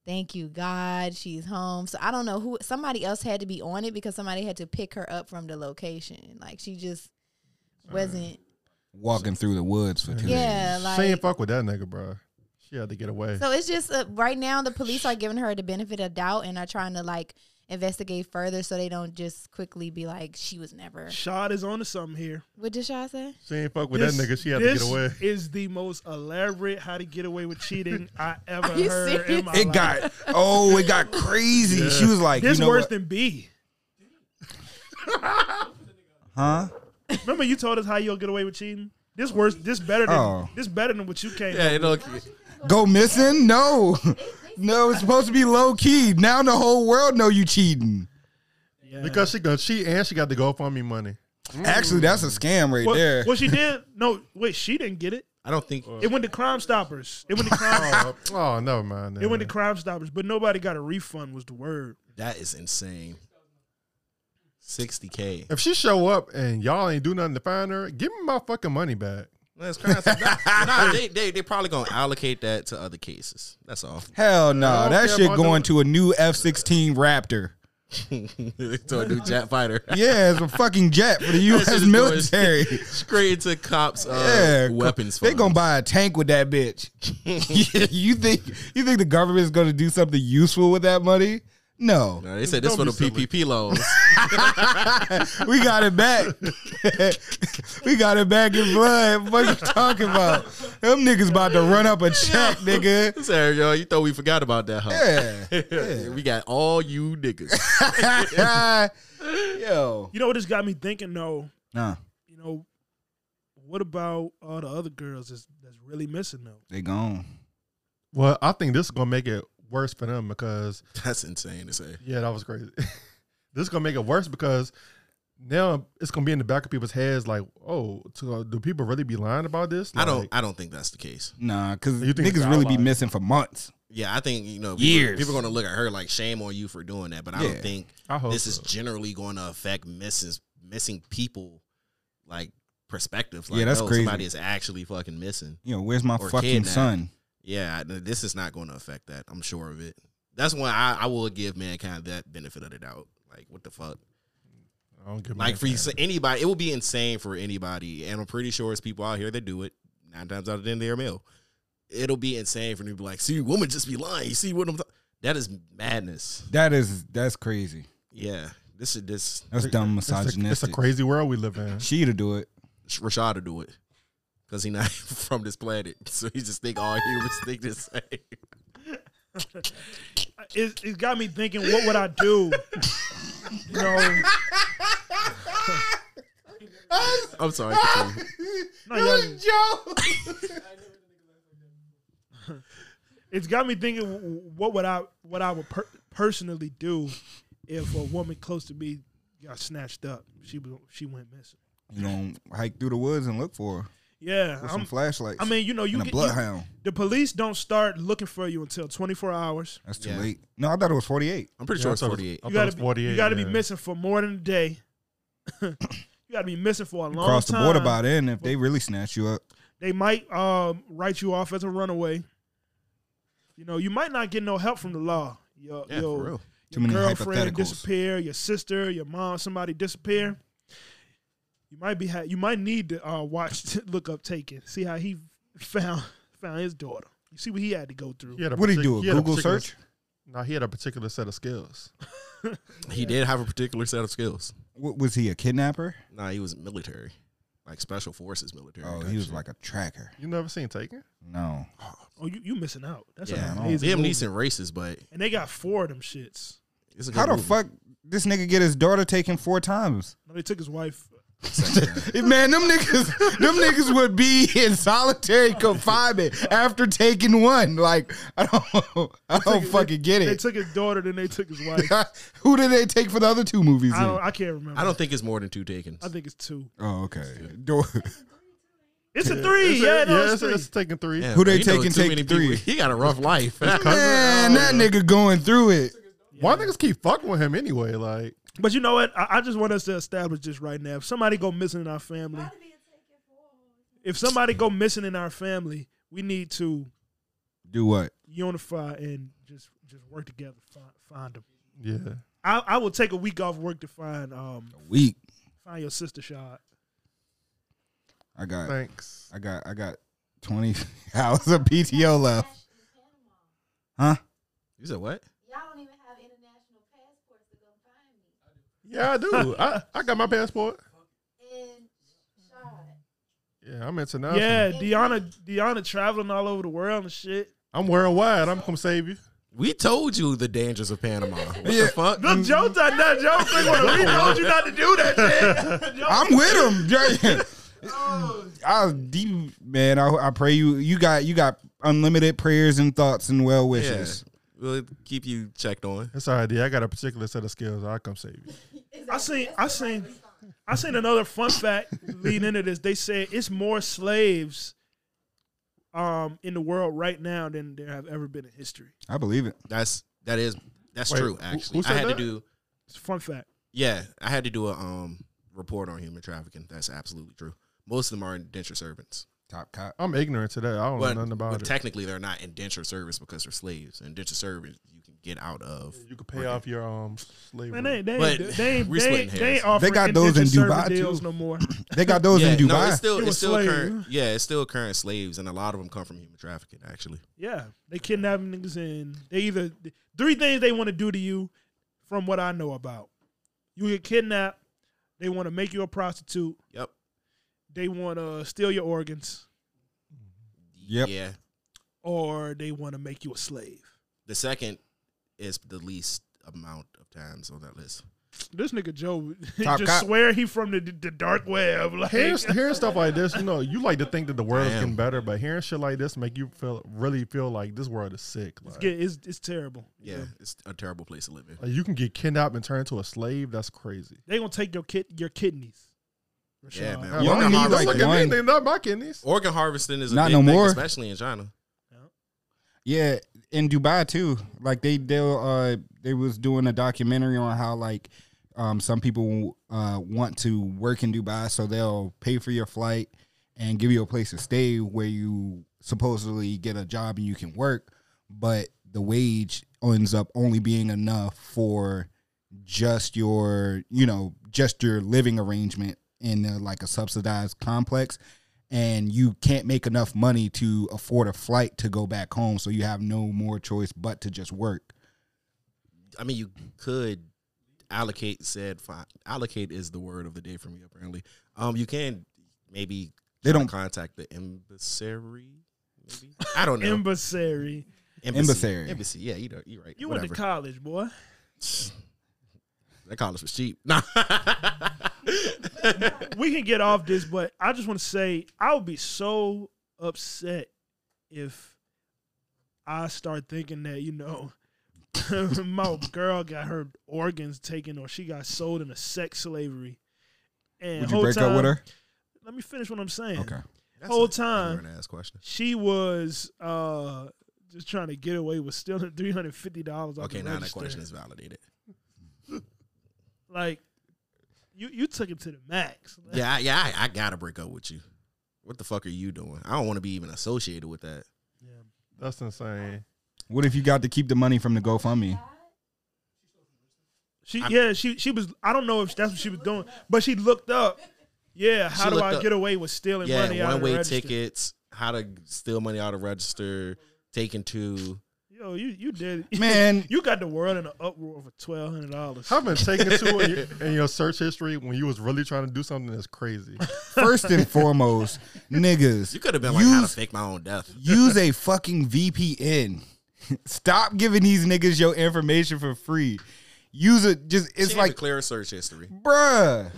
K: "Thank you God, she's home." So I don't know who somebody else had to be on it because somebody had to pick her up from the location. Like she just wasn't.
B: Walking through the woods for two
K: Yeah, like
D: she ain't fuck with that nigga, bro. She had to get away.
K: So it's just uh, right now the police are giving her the benefit of doubt and are trying to like investigate further so they don't just quickly be like, she was never.
A: Shad is onto something here.
K: What did Shaw say?
D: She ain't fuck with that nigga. She had to get
A: this
D: away.
A: Is the most elaborate how to get away with cheating I ever
K: you
A: heard in
K: serious?
A: my
B: It
A: life.
B: got oh, it got crazy. She was like,
A: this
B: you know
A: worse
B: what?
A: than B.
B: huh?
A: Remember you told us how you'll get away with cheating. This worse. This better than
B: Oh.
A: this better than what you came.
C: Yeah,
A: up
C: you
A: with.
C: know,
B: Go missing? No, no. It's supposed to be low key. Now the whole world know you cheating.
A: Yeah.
D: Because she gonna cheat and she got the GoFundMe money.
B: Actually, that's a scam right
A: what,
B: there.
A: what she did? No, wait. She didn't get it.
C: I don't think
A: It went to Crime Stoppers. It went to Crime.
D: Oh, oh never mind.
A: Ah. it went to Crime Stoppers, but nobody got a refund. Was the word?
C: that is insane. 60k.
D: if she show up and y'all ain't do nothing to find her, give me my fucking money back.
C: That's crazy. nah, nah, they, they they probably gonna allocate that to other cases. That's all.
B: Hell no,
D: I don't
B: that
D: care
B: shit
D: about
B: going
D: the-
B: to a new F sixteen Raptor.
C: to a new jet fighter.
B: Yeah, it's a fucking jet for the
C: That shit
B: U.S.
C: is going
B: military.
C: Straight into cops uh,
B: Yeah,
C: weapons.
B: They
C: funds.
B: gonna buy a tank with that bitch. you think you think the government's gonna do something useful with that money? No,
C: No, they said this for the PPP loans.
B: we got it back. we got it back in blood. What you talking about? Them niggas about to run up a check, nigga.
C: Sorry, yo, you thought we forgot about that, huh?
B: Yeah.
C: we got all you niggas.
B: Yo.
A: You know what? This got me thinking though.
B: Nah,
A: You know, what about all the other girls that's, that's really missing though?
B: they gone.
D: Well, I think this is gonna make it worse for them because
C: That's insane to say.
D: yeah, that was crazy. this is gonna make it worse because now it's gonna be in the back of people's heads like, oh, so do people really be lying about this?
C: I don't.
D: Like,
C: I don't think that's the case.
B: Nah, cause
D: You think it's
B: niggas really be
D: allies.
B: missing for months.
C: Yeah, I think you know.
B: Years.
C: People, people are gonna look at her like shame on you for doing that, but I
B: Yeah.
C: don't think
D: I hope
C: this is
D: so.
C: generally going to affect misses missing people like perspectives. Like,
B: Yeah, that's
C: no,
B: crazy.
C: Somebody is actually fucking missing.
B: You know, where's my
C: Or
B: fucking
C: kidnapped.
B: son?
C: Yeah, I, this is not going to affect that. I'm sure of it. That's why I, I will give mankind that benefit of the doubt. Like, what the fuck?
D: I don't give
C: Like for
D: you.
C: you, so anybody, it would be insane for anybody, and I'm pretty sure it's people out here that do it. Nine times out of ten, they're male. It'll be insane for me to be like, see, women just be lying. You see what I'm? Th-? That is madness.
B: That is that's crazy.
C: Yeah, this is this.
B: That's dumb
D: It's a,
B: misogynistic.
D: it's a crazy world we live in.
B: She to do it.
C: Rashad to do it because he not from this planet, so he just think all humans think the same.
A: It, it got me thinking. What would I do? you know,
C: I'm sorry. continue.
A: no, y'all- it's got me thinking what would I what I would per- personally do if a woman close to me got snatched up. She was she went missing.
B: You know, hike through the woods and look for her
A: Yeah,
B: with
A: I'm-
B: some flashlights.
A: I mean, you know, you
B: and
A: get
B: a
A: you-
B: bloodhound.
A: the police don't start looking for you until 24 hours.
B: that's too
C: Yeah.
B: late. No, I thought it was forty eight.
C: I'm pretty
D: Yeah,
C: sure
D: I
C: it's
D: thought it was-
C: 48.
D: I
A: You
D: thought it
A: gotta
D: was
A: be,
D: 48,
A: you gotta
D: yeah.
A: be missing for more than a day. you gotta be missing for a long
B: Cross the
A: time.
B: border by then if they really snatch you up.
A: They might um, write you off as a runaway. You know, you might not get no help from the law. Your,
C: Yeah,
A: your-
C: for real.
B: Too
A: your
B: many
A: girlfriend
B: hypotheticals.
A: disappear, your sister, your mom, somebody disappear. You might be ha- you might need to uh, watch look up Taken. See how he found found his daughter. You see what he had to go through.
D: He had a
B: What do you
D: partic-
B: do? A
D: he had a
B: Google
D: particular-
B: search?
D: No, he had a particular set of skills.
C: He did have a particular set of skills.
B: What was he a kidnapper?
C: Nah, he was military, like special forces military.
B: Oh,
C: type
B: he was
C: shit.
B: like a tracker.
D: You never seen Taken?
B: No,
A: Oh, you you missing out. That's
C: yeah,
A: an
B: no.
A: amazing.
C: Liam
A: movie.
C: Neeson racist, but
A: And they got four of them shits.
C: it's a good
B: how the
C: movie.
B: fuck this nigga get his daughter taken four times?
A: No, they took his wife.
B: Man, them niggas, them niggas would be in solitary confinement after taking one. Like I don't, I don't fucking get
A: They
B: it.
A: took his daughter, then they took his wife.
B: Who did they take for the other two movies?
A: I
B: then?
A: don't. I can't remember.
C: I don't think it's more than two takings.
A: I think it's two.
B: Oh, okay. Do-
A: It's a three. yeah, no, it's,
D: it's,
A: three.
D: it's Taken three.
C: Yeah,
B: Who they
C: you know
B: taking
C: too many
B: take three?
C: people. He got a rough life.
B: Man, that nigga going through it.
D: Why niggas keep fucking with him anyway? Like,
A: But you know what? I, I just want us to establish this right now. If somebody go missing in our family, if somebody go missing in our family, we need to
B: Do what?
A: unify and just just work together. Find, find them.
D: yeah,
A: I, I will take a week off work to find um
B: Weak.
A: find your sister shot.
B: I got,
D: thanks.
B: I got, I got twenty hours of PTO left. Huh?
C: You said what?
K: Y'all don't even have international passports to go
D: Yeah, I do. I, I got my passport. Yeah, I'm international.
A: Yeah, Deanna, Deanna traveling all over the world and shit.
D: I'm worldwide. I'm gonna save you.
C: We told you the dangers of Panama. What the fuck?
A: The jokes are not jokes. They wanna- We told you not to do that shit.
B: I'm with him. I, you- man, I, I pray you. You got you got unlimited prayers and thoughts and well
C: Yeah.
B: wishes.
C: We'll keep you checked on.
D: That's all right. D. I got a particular set of skills. I come save you.
A: I seen I seen I seen another fun fact leading into this. They said it's more slaves um in the world right now than there have ever been in history.
B: I believe it.
C: That's that is that's
D: Wait,
C: true.
D: who-
C: Actually,
D: who
C: I
D: said
C: had to
D: that?
C: do
A: It's a fun fact.
C: yeah, I had to do a um report on human trafficking. That's absolutely true. Most of them are indentured servants,
B: Top cop.
D: I'm ignorant to that. I don't
C: but,
D: know nothing
C: but
D: about it.
C: technically they're not indentured servants because they're slaves. Indentured servants you can get out of.
D: You could pay off your um slavery.
A: Man, they they
C: But
A: ain't, they ain't,
C: we
A: they,
C: splitting
A: ain't, they ain't
C: hairs.
A: offering
B: They got those in
A: indentured servant
B: Dubai, too.
A: deals no more.
B: They got those in Dubai.
C: no, it's still
A: It
C: it's
A: was
C: still
A: slave.
C: current. Yeah, it's still current slaves, and a lot of them come from human trafficking. Actually,
A: Yeah, they kidnapping niggas and they either three things they want to do to you, from what I know about. You get kidnapped. They want to make you a prostitute.
C: yep,
A: They want to steal your organs,
B: Yep.
C: yeah.
A: or they want to make you a slave.
C: The second is the least amount of times on that list.
A: This nigga Joe he
B: Top
A: just
B: cop.
A: swear he from the the dark web. Like
D: Here's hearing stuff like this, you know, you like to think that the world is
C: Damn.
D: getting better, but hearing shit like this make you feel really feel like this world is sick.
A: it's,
D: Like,
A: get- it's it's terrible.
C: Yeah, it's a terrible place to live in.
D: like, you can get kidnapped and turned into a slave. That's crazy.
A: They gonna take your kid your kidneys.
C: Yeah,
A: Rashad.
C: man.
B: You only
C: Organ,
B: need,
D: Don't
C: harvest-
B: like,
D: look at me,
B: one-
D: they not my kidneys.
C: organ harvesting is a
B: Not
C: big
B: no
C: thing,
B: more.
C: especially in China.
B: Yeah, in Dubai too. Like they they uh they was doing a documentary on how like um some people uh want to work in Dubai so they'll pay for your flight and give you a place to stay where you supposedly get a job and you can work, but the wage ends up only being enough for just your, you know, just your living arrangement in uh, like a subsidized complex and you can't make enough money to afford a flight to go back home, so you have no more choice but to just work.
C: I mean, you could allocate said fi- allocate is the word of the day for me apparently. Um, you can maybe
B: They
C: try to
B: don't-
C: contact the embassy. Maybe I don't know
A: Embassy.
B: Embassary.
C: Embassy, yeah, you know, you're right.
A: You went
C: Whatever.
A: to college, boy.
C: that college was cheap. Nah,
A: we can get off this, but I just want to say I would be so upset if I start thinking that you know my girl got her organs taken or she got sold into sex slavery. And
B: Would you
A: whole
B: break
A: time,
B: up with her?
A: Let me finish what I'm saying.
B: Okay.
C: That's
A: Whole
C: a
A: time.
C: ignorant ass question.
A: She was uh just trying to get away with stealing three hundred fifty dollars.
C: Okay,
A: the
C: now that
A: register.
C: question is validated.
A: like you you took it to the max.
C: Yeah, I, yeah, I, I gotta break up with you. What the fuck are you doing? I don't want to be even associated with that.
D: That's insane.
B: What if you got to keep the money from the GoFundMe?
A: She
C: I'm-
A: yeah, she she was I don't know if that's what she was doing, but she looked up. Yeah, how do
C: looked
A: I
C: up-
A: get away with stealing money
C: yeah,
A: out
C: one
A: of the
C: way
A: register?
C: tickets, how to steal money out of register, taking two.
A: Yo, you you did it.
B: Man.
A: you got the world in an uproar for twelve hundred dollars.
D: Having taken two in your, in your search history when you was really trying to do something that's crazy.
B: First and foremost, niggas,
C: You could have been like, how to
B: use,
C: fake my own death.
B: use a fucking VPN. Stop giving these niggas your information for free. Use a just it's
C: It's
B: like
C: like clear search history.
B: bruh.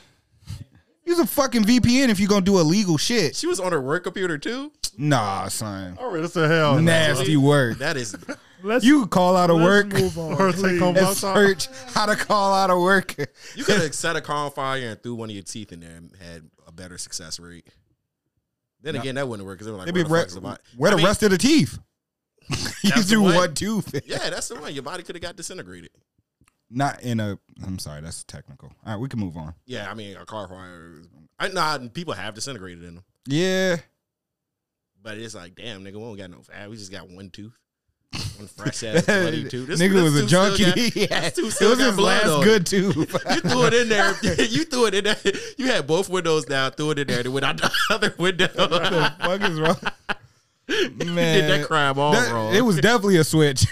B: Use a fucking VPN if you're gonna do illegal shit.
C: She was on her work computer too.
B: Nah, son.
D: All right, that's a
C: Oh,
D: hell.
B: Nasty word.
C: That is
A: Let's
B: You call out of
A: let's
B: work.
A: move on.
D: Or take home
B: and
D: outside.
B: search how to call out of work.
C: you could have set a car on fire and threw one of your teeth in there and had a better success rate. Then again, that wouldn't work because they were like,
B: They
C: where
B: be
C: the,
B: re-
C: fuck's the body?
B: where
C: I
B: the
C: mean,
B: rest of the teeth? you
C: That's
B: do
C: the one.
B: one tooth.
C: Yeah, that's the one. Your body could have got disintegrated.
B: Not in a. I'm sorry, that's technical. All right, we can move on.
C: Yeah, I mean, a car fire. I nah, people have disintegrated in them,
B: Yeah,
C: but it's like, damn, nigga, we don't got no fat. We just got one tooth. One fresh ass bloody tooth. This-
B: nigga
C: this
B: was a
C: tooth still
B: junkie.
C: got-
B: yeah.
C: this
B: It
C: tooth
B: was
C: still got
B: his
C: blood
B: last
C: on it.
B: good tooth.
C: You threw it in there. you threw it in there. You had both windows down, threw it in there, then went out the other window.
B: the fuck is wrong? Man,
C: you did that crime all
B: That-
C: wrong.
B: It was definitely a switch.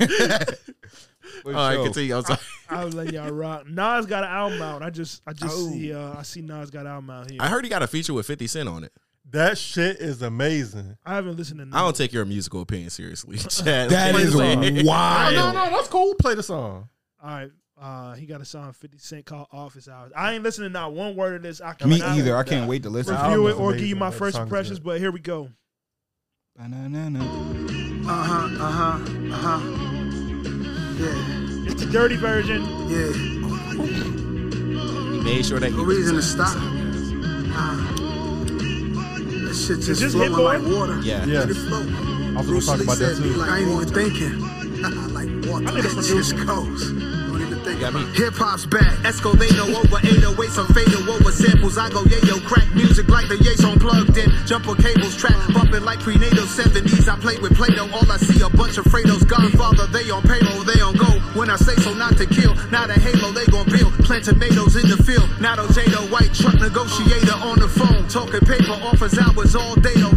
C: All right, continue. I'm sorry.
A: I, I was letting y'all rock. Nas got an album out. I just, I just
C: Oh.
A: see, uh, I see Nas got an album out here.
C: I heard he got a feature with 50 Cent on it.
D: That shit is amazing.
A: I haven't listened to. Nas.
C: I don't take your musical opinion seriously, Chad.
D: That
C: Play
D: is
C: the song.
D: wild. No, no, no, that's cool. Play the song.
A: All right. Uh, he got a song Fifty Cent called "Office Hours." I ain't listening to not one word of this. I
B: Me
A: cannot
B: either. I can't wait to listen.
A: Review
B: Album
A: it
B: is
A: or give you
B: amazing.
A: my
B: That
A: first
B: song is
A: impressions. But here we go.
L: Uh huh, uh huh, uh huh.
A: It's the dirty version.
L: Yeah.
C: Made sure that
L: No reason to stop. Uh, that shit just
D: this
L: flowing
D: Hit
L: like
D: Boy?
L: water.
D: Yeah.
L: Let
D: Yes.
L: it flow.
D: I was
L: Bruce
D: gonna
L: Lee
D: talk about that
L: said, be
D: too.
L: like, I ain't even thinking. like water. I need a just goes. Don't even think about it.
M: Hip hop's back, Escovedo over 808, some fade over samples. I go yayo, crack music like the Yates on plugged in. Jumper cables track, bumping like prenatal 70s. I play with Play Doh, all I see a bunch of Fredos. Godfather, they on payroll, they on go. When I say so, not to kill, not a halo, they gon' build. Plant tomatoes in the field, not Jado, white truck negotiator on the phone. Talking paper, offers hours all day though.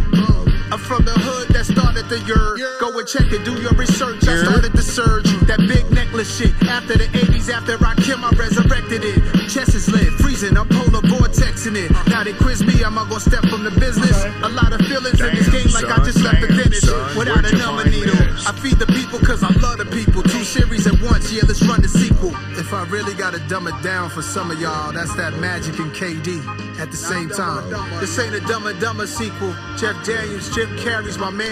M: I'm from the hood that started the year. Go and check it, do your research. I started the surge. That big necklace shit. After the 80s, after I kill, I resurrected it. Chess is lit, freezing. I'm polar vortexing it. Now they quiz me, am I gonna step from the business? A lot of feelings in this game, like I just left the dentist without a number needle. I feed the people cause I love the people. Two series at once, yeah, let's run the sequel. If I really gotta dumb it down for some of y'all, that's that Magic and KD at the same time. This ain't a Dumb and Dumber sequel. Jeff Daniels, Jim Carrey's my man.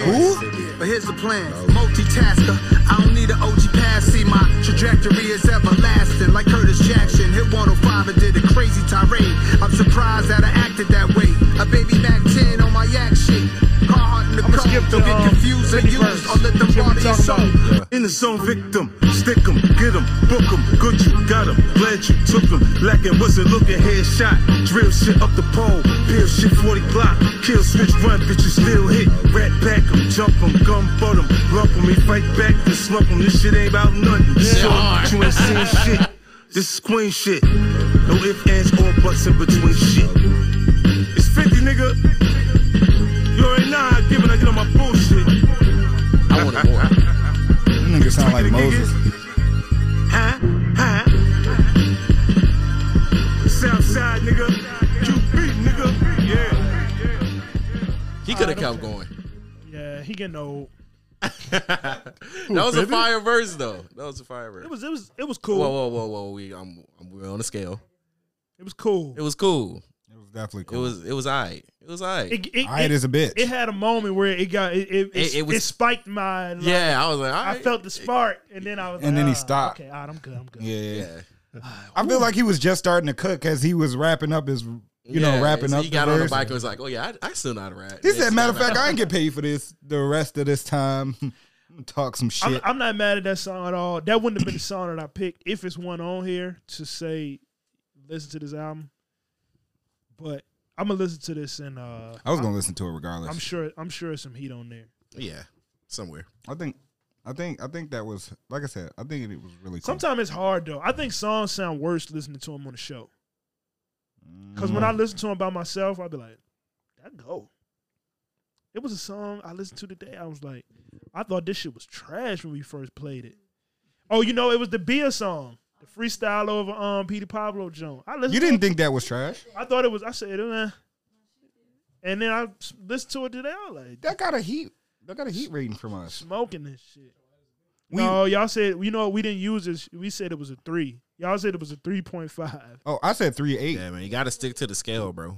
M: But here's the plan. Multitasker. I don't need an OG pass. See, my trajectory is everlasting. Like Curtis Jackson. Hit 105 and did a crazy tirade. I'm surprised that I acted that way. A baby Mac 10 on my yak shit. Carhartt in the car. Don't get confused and used. Or let them body your soul.
N: In the zone, victim, stick 'em, get 'em, book 'em, good you got 'em, glad you took 'em, lacking wasn't looking, headshot, drill shit up the pole, pill shit 40 block, kill switch run, bitch you still hit, rat back 'em, jump 'em, gum butt 'em, lump 'em, he fight back, then slump 'em, this shit ain't about nothing,
O: Yeah.
N: Sure, but you ain't seen shit, this is queen shit, no ifs, ands, or buts in between shit, it's 50 nigga, you already know how I give it, I get on my bullshit. I want more.
B: Nigga sound like Moses.
N: Huh? Huh? Southside nigga, QB nigga, yeah.
C: He could have kept going.
A: Yeah, he getting old.
C: that was a fire verse, though. That was a fire verse.
A: It was. It was. It was cool.
C: Whoa, whoa, whoa, whoa. We, I'm, I'm, we're on a scale.
A: It was cool.
C: It was cool.
B: It was definitely
C: cool. It was, it was all right. It was all right.
A: It, it,
B: Alright is a bitch.
A: It had a moment where it got it. It, it,
C: It- it was-
A: it spiked my. like,
C: Yeah, I was like, alright.
A: I felt the spark, and then I was.
B: And
A: like,
B: then he
A: ah,
B: stopped.
A: Okay, all right, I'm good. I'm good.
B: Yeah. I feel like he was just starting to cook as he was wrapping up his, you
C: Yeah,
B: know, wrapping
C: so
B: up.
C: He got on the
B: verse.
C: bike and was like, oh, yeah, I, I still not a rat.
B: He
C: Yeah,
B: said,
C: still
B: "Matter of
C: not a
B: fact, I
C: rat."
B: ain't get paid for this the rest of this time. Talk some shit."
A: I'm, I'm not mad at that song at all. That wouldn't have been the song that I picked if it's one on here to say, listen to this album. But I'm gonna listen to this and uh,
B: I was gonna listen to it regardless.
A: I'm sure. I'm sure it's some heat on there.
C: Yeah, somewhere.
B: I think, I think, I think that was like I said. I think it was really cool.
A: Sometimes it's hard though. I think songs sound worse listening to them on the show. Because when I
B: Mm.
A: listen to them by myself, I'd be like, that go. It was a song I listened to today. I was like, I thought this shit was trash when we first played it. Oh, you know, it was the Bia song, the freestyle over um Peter Pablo Jones. I listened.
B: you
A: to
B: didn't
A: it.
B: think that was trash.
A: I thought it was. I said, eh. and then I s- listened to it today. I was like,
B: that got a heat. That got a heat rating from us.
A: Smoking this shit. no, y'all said you know what, we didn't use this. We said it was a three. Y'all said it was a three point five.
B: Oh, I said three eight.
C: Yeah, man, you got to stick to the scale, bro.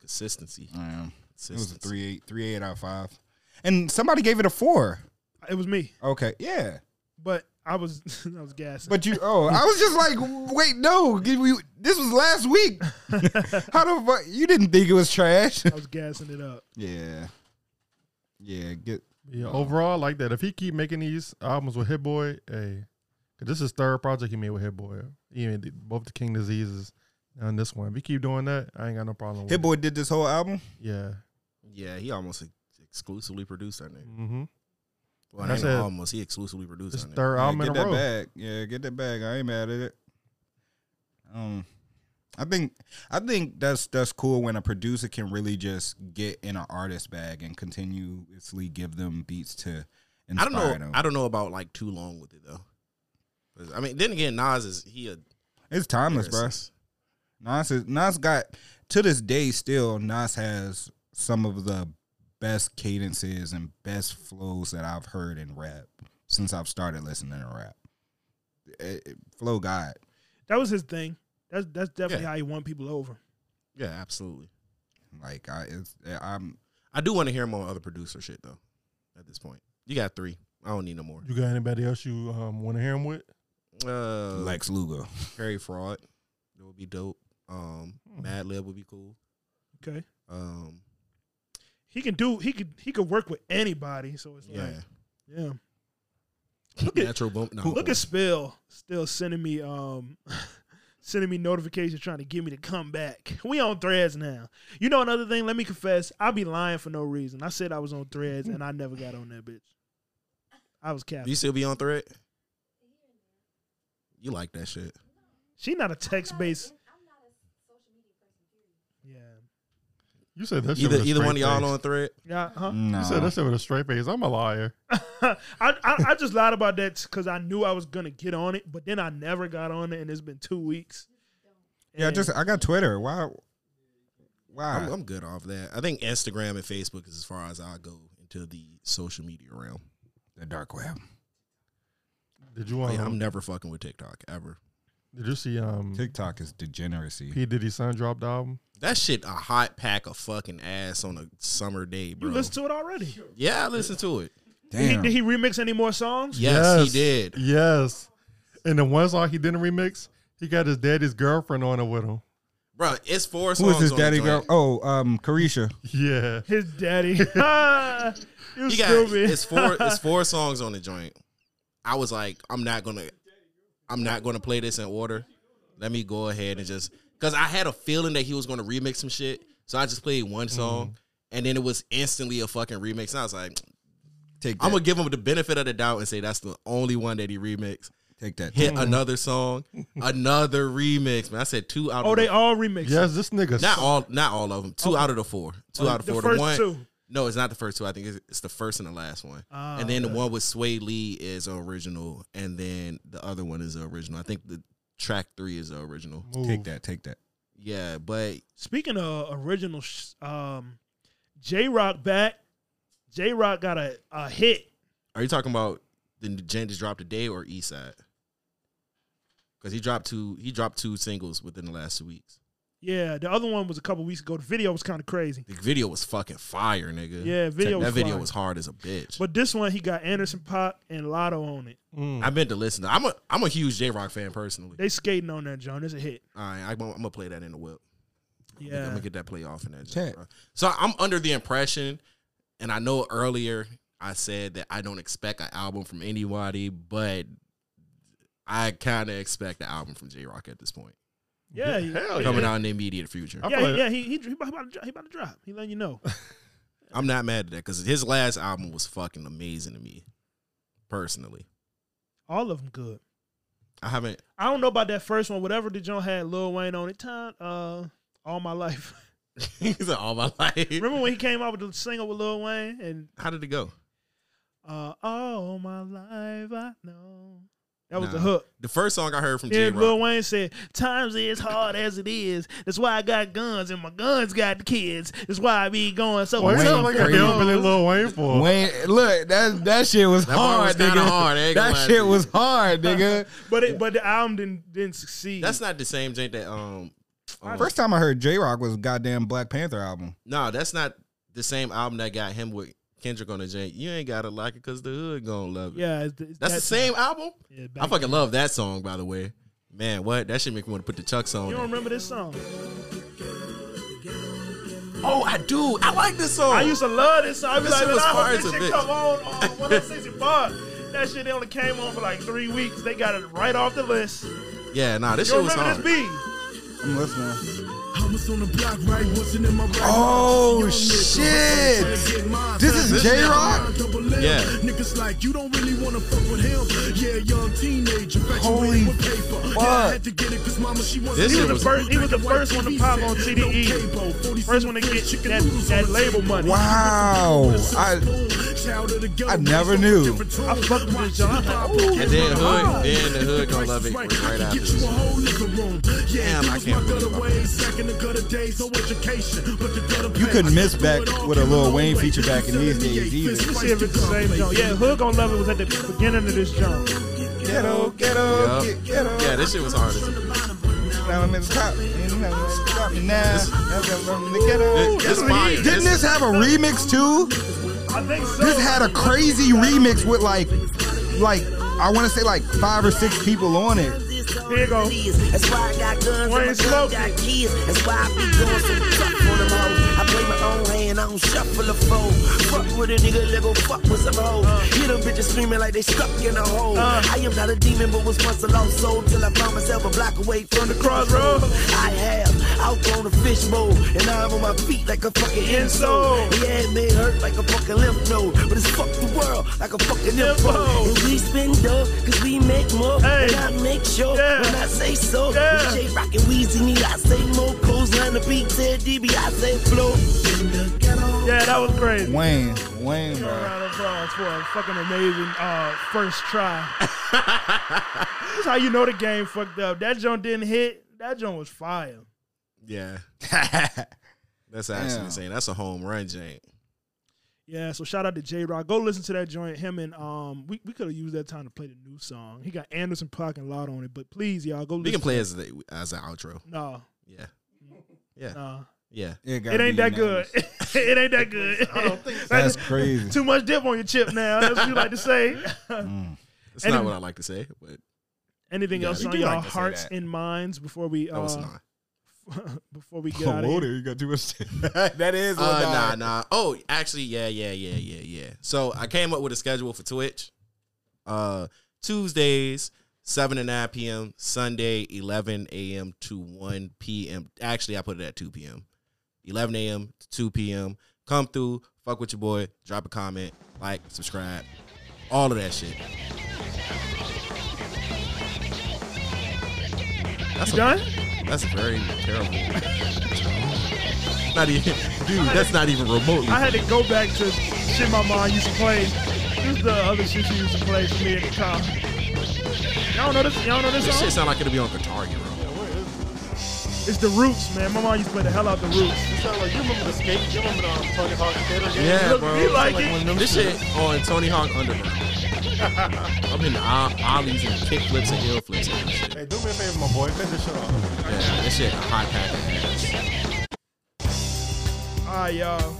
C: Consistency.
B: I am. It was a
C: Consistency.
B: three eight, three eight out of five, and somebody gave it a four.
A: It was me.
B: Okay, yeah,
A: But I was I was gassing.
B: but you. Oh, I was just like, wait, no, give we, this was last week. How the fuck you didn't think it was trash?
A: I was gassing it up.
B: yeah, yeah. Get
D: Yeah,
B: uh,
D: overall, I like that. If he keep making these albums with Hit Boy, hey, 'cause this is third project he made with Hit Boy. Even both the King Diseases and this one. If he keep doing that, I ain't got no problem. with
B: Hit
D: it.
B: Boy did this whole album.
D: Yeah,
C: Yeah, he almost ex- exclusively produced that nigga.
D: Mm-hmm.
C: Well,
D: That's
C: that's
D: it.
C: almost. He exclusively produced
D: This
C: that nigga.
D: third
B: Yeah,
D: album in
B: get
D: a
B: that
D: row.
B: bag. Yeah, get that bag. I ain't mad at it. Um, I think I think that's that's cool when a producer can really just get in an artist bag and continuously give them beats to
C: I
B: inspire
C: don't know.
B: them.
C: I don't know about like too long with it though. 'Cause I mean, then again, Nas is he a
B: It's timeless, bro. Nas is, Nas got to this day still Nas has some of the best cadences and best flows that I've heard in rap since I've started listening to rap. Eh, eh, flow God.
A: That was his thing. That's that's definitely
B: Yeah.
A: how he won people over.
C: yeah, absolutely.
B: Like I, it's, I'm.
C: I do want to hear more other producer shit though. At this point, you got three. I don't need no more.
D: You got anybody else you um, want to hear him with?
C: Uh,
B: Lex Luger,
C: Harry Fraud. That would be dope. Um, Mad Lib would be cool.
A: Okay.
C: Um,
A: He can do. He could. He could work with anybody. So it's like,
C: Yeah.
A: yeah.
C: Natural Bump. No,
A: Look at Spill still sending me um sending me notifications trying to get me to come back. We on threads now. You know another thing, let me confess, I be lying for no reason. I said I was on threads and I never got on that bitch. I was
C: you
A: capping.
C: still be on thread? You like that shit?
A: She not a text based
D: You said that shit
C: Either
D: with a
C: either one of
D: straight
C: y'all
D: face.
C: on thread?
A: Yeah, Uh-huh. huh?
D: You said that shit with a straight face. I'm a liar.
C: Mm.
A: I, I I just lied about that because I knew I was gonna get on it, but then I never got on it, and it's been two weeks.
B: Yeah, I just I got Twitter. Why? Why?
C: I'm, I'm good off that. I think Instagram and Facebook is as far as I go into the social media realm.
B: The dark web.
D: Did you want?
C: Oh, Yeah,
B: Uh-huh.
C: I'm never fucking with TikTok ever.
D: Did you see um
B: TikTok is degeneracy.
D: P Diddy's son dropped the album?
C: That shit a hot pack of fucking ass on a summer day, bro.
A: You listened to it already?
C: yeah, I listened to it.
A: Did he, did he remix any more songs?
C: Yes, he did.
D: Yes. And the one song he didn't remix, he got his daddy's girlfriend on it with him.
C: Bro, it's four
B: Who
C: songs.
B: is his
C: on the
B: daddy girl?
C: joint.
B: Oh, um, Carisha.
D: Yeah.
A: His daddy. you
C: He got
A: stupid.
C: it's four it's four songs on the joint. I was like, I'm not gonna I'm not gonna play this in order. Let me go ahead and just because I had a feeling that he was gonna remix some shit. So I just played one song
A: Mm-hmm.
C: and then it was instantly a fucking remix. And I was like,
B: Take
C: I'm gonna give him the benefit of the doubt and say that's the only one that he remixed.
B: Take that.
C: Hit
B: Mhm.
C: another song, another remix. Man, I said two out.
A: Oh,
C: of
A: they
C: the-
A: all remixed.
D: Yes, this nigga.
C: Not all, not all of them. Two out of the four. Two
A: Oh,
C: out of
A: the
C: four.
A: first
C: one,
A: two.
C: No, it's not the first two. I think it's, it's the first and the last one.
A: Ah,
C: and then the
A: okay.
C: one with Sway Lee is original, and then the other one is original. I think the track three is original.
B: Take that. Take that.
C: Yeah, but
A: Speaking of original, sh- um, J Rock back. J Rock got a, a hit.
C: are you talking about the Jen just dropped today or East Side? Because he dropped two. He dropped two singles within the last two weeks.
A: Yeah, the other one was a couple weeks ago. The video was kind of crazy.
C: The video was fucking fire, nigga.
A: Yeah, video
C: That
A: was
C: video
A: fire.
C: was hard as a bitch.
A: But this one, he got Anderson Pop and Lotto on it.
C: I meant to listen. To, I'm a I'm a huge J Rock fan personally.
A: They skating on that, John. It's a hit.
C: All right, I'm gonna, I'm gonna play that in the whip. I'm
A: Yeah.
C: gonna get that play off in that.
B: Check.
C: Check. So I'm under the impression, and I know earlier I said that I don't expect an album from anybody, but I kind of expect an album from J Rock at this point
A: Yeah, he- Oh, yeah.
C: coming out in the immediate future.
A: Yeah, he- yeah. He, he he about to drop. He about to drop. He letting you know.
C: I'm not mad at that because his last album was fucking amazing to me, personally.
A: All of them good.
C: I haven't.
A: I don't know about that first one. Whatever the John had Lil Wayne on it, time uh, all my life.
C: He's like, all my life.
A: Remember when he came out with the single with Lil Wayne and
C: How did it go?
A: uh, all my life I know that was the
C: Nah.
A: hook.
C: The first song I heard from J
A: Yeah,
C: Rock.
A: Lil Wayne said, "Times is hard as it is. That's why I got guns, and my guns got the kids. That's why I be going so."
D: Why you sound like a
A: crazy."
D: dumb Billy Lil Wayne for?
B: Wayne, look that that shit was
A: That part was
B: hard,
A: kinda
B: nigga.
A: hard, I ain't gonna
B: that
A: lie to
B: shit
A: you.
B: was hard, nigga.
A: but it, but the album didn't didn't succeed.
C: That's not the same joint that um. um,
B: First time I heard J Rock was goddamn Black Panther album.
C: No, that's not the same album that got him with Kendrick on the joint. You ain't gotta like it because the hood gonna love it.
A: yeah, it's- it's
C: that's the
A: that
C: same
A: time.
C: album.
A: Yeah,
C: I
A: back-
C: fucking love that song, by the way. Man, what that should make me want to put the chucks
A: you don't
C: on.
A: remember this song?
C: Oh, I do. I like this song.
A: I used to love this song. I was
C: This
A: like,
C: shit
A: man,
C: was
A: I
C: fire
A: hope
C: as
A: this
C: a
A: shit
C: bitch.
A: come on uh, on 165. That shit only came on for like three weeks. They got it right off the list.
C: Yeah, nah, this
A: you
C: shit
A: don't
C: was
A: remember
C: hard.
A: this beat?
B: I'm listening.
L: Oh
B: shit! This is J Rock.
L: Yeah. Niggas like you don't really wanna fuck with him. Yeah, young teenager, infatuated with paper.
D: fuck?
A: This he was, the first, he was the first one to pop on TDE. First one to get that, that label money.
B: Wow. I I never knew.
A: I fucked with this John.
C: And then hood, then the hood gonna love it right after this. Damn, I can't believe I missed.
B: You couldn't miss back with a Lil Wayne feature back in these days
A: Let me
B: either.
A: see if it's the same joint. Yeah, Hood Gonna Love It was at the beginning of this joint.
B: Ghetto,
C: Yup. Yeah, this shit was hard. as a-
A: this fire.
B: Didn't this have a remix too?
A: I think so.
B: This had a crazy remix with like, like I want to say like five or six people on it.
A: Here you go.
O: That's why I got guns and my gun got kids. That's why I be doing some tough on them hoes. I play my own hand, I don't shuffle a foe. Fuck with a nigga, let go fuck with some hoes.
A: Uh.
O: Hear them bitches screaming like they stuck in a hole. I am not a demon, but was once a lost soul till I found myself a block away from the crossroad. I have outgrown a fishbowl, and I'm on my feet like a fucking insole. Yeah, it may hurt like a fucking lymph node, but it's fuck the world like a fucking info. And we spend dough, cause we make more. And I make sure when I say so. Yeah. Jay Rockin' Weezy, me, I say more. Coles line the beat, Ted DB, I say flow.
A: Yeah, that was great.
B: Wayne, Wayne,
A: A
B: bro.
A: round of applause for a fucking amazing uh, first try. That's how you know the game fucked up. That joint didn't hit. That joint was fire.
C: Yeah. That's actually
A: Damn.
C: insane. That's a home run, Jane.
A: Yeah, so shout out to J Rock. Go listen to that joint. Him and um, we, we could have used that time to play the new song. He got Anderson Park and Loud on it, but please, y'all go.
C: We
A: listen
C: can play
A: to
C: as the, as an outro.
A: No.
C: Yeah. Yeah.
A: No.
C: Yeah.
A: It, ain't that good. it ain't that good. I don't think so.
B: That's crazy.
A: Too much dip on your chip now. That's what you like to say.
C: That's
A: Any-
C: not what I like to say, but
A: Anything
C: Mm. Yeah,
A: else
C: you
A: on
C: do
A: y'all
C: like to say
A: hearts
C: that.
A: and minds before we? Uh,
C: No, it's not. Oh,
A: before we get out of here.
B: you got too much. that is what
C: uh, nah,
B: I-
C: nah. Oh, actually, yeah, yeah, yeah, yeah, yeah. So I came up with a schedule for Twitch. Uh, Tuesdays, seven to nine p.m. Sunday, eleven a.m. to one p.m. Actually, I put it at two p.m. Eleven a.m. to two p.m. Come through, fuck with your boy, drop a comment, like, subscribe, all of that shit. That's
A: You done?
C: That's very terrible. Not even, dude. That's not even remotely.
A: I had to go back to shit my mom used to play. This is the other shit she used to play for me at the car. Y'all know this? Y'all know this
C: This
A: song?
C: shit sound like it'll be on guitar hero.
A: It's the Roots, man. My mom used to play the hell out the Roots.
D: You remember the skate? You remember the Tony Hawk skater game?
C: Yeah,
A: Look,
C: bro.
A: he like it.
C: Like this shit on Tony Hawk Underground. I'm in the o- ollies and kick flips and heel flips. And shit.
D: Hey, do me a favor, my boy. Cut this shit off.
C: Yeah, this shit a hot pack of ass.
A: All right, y'all.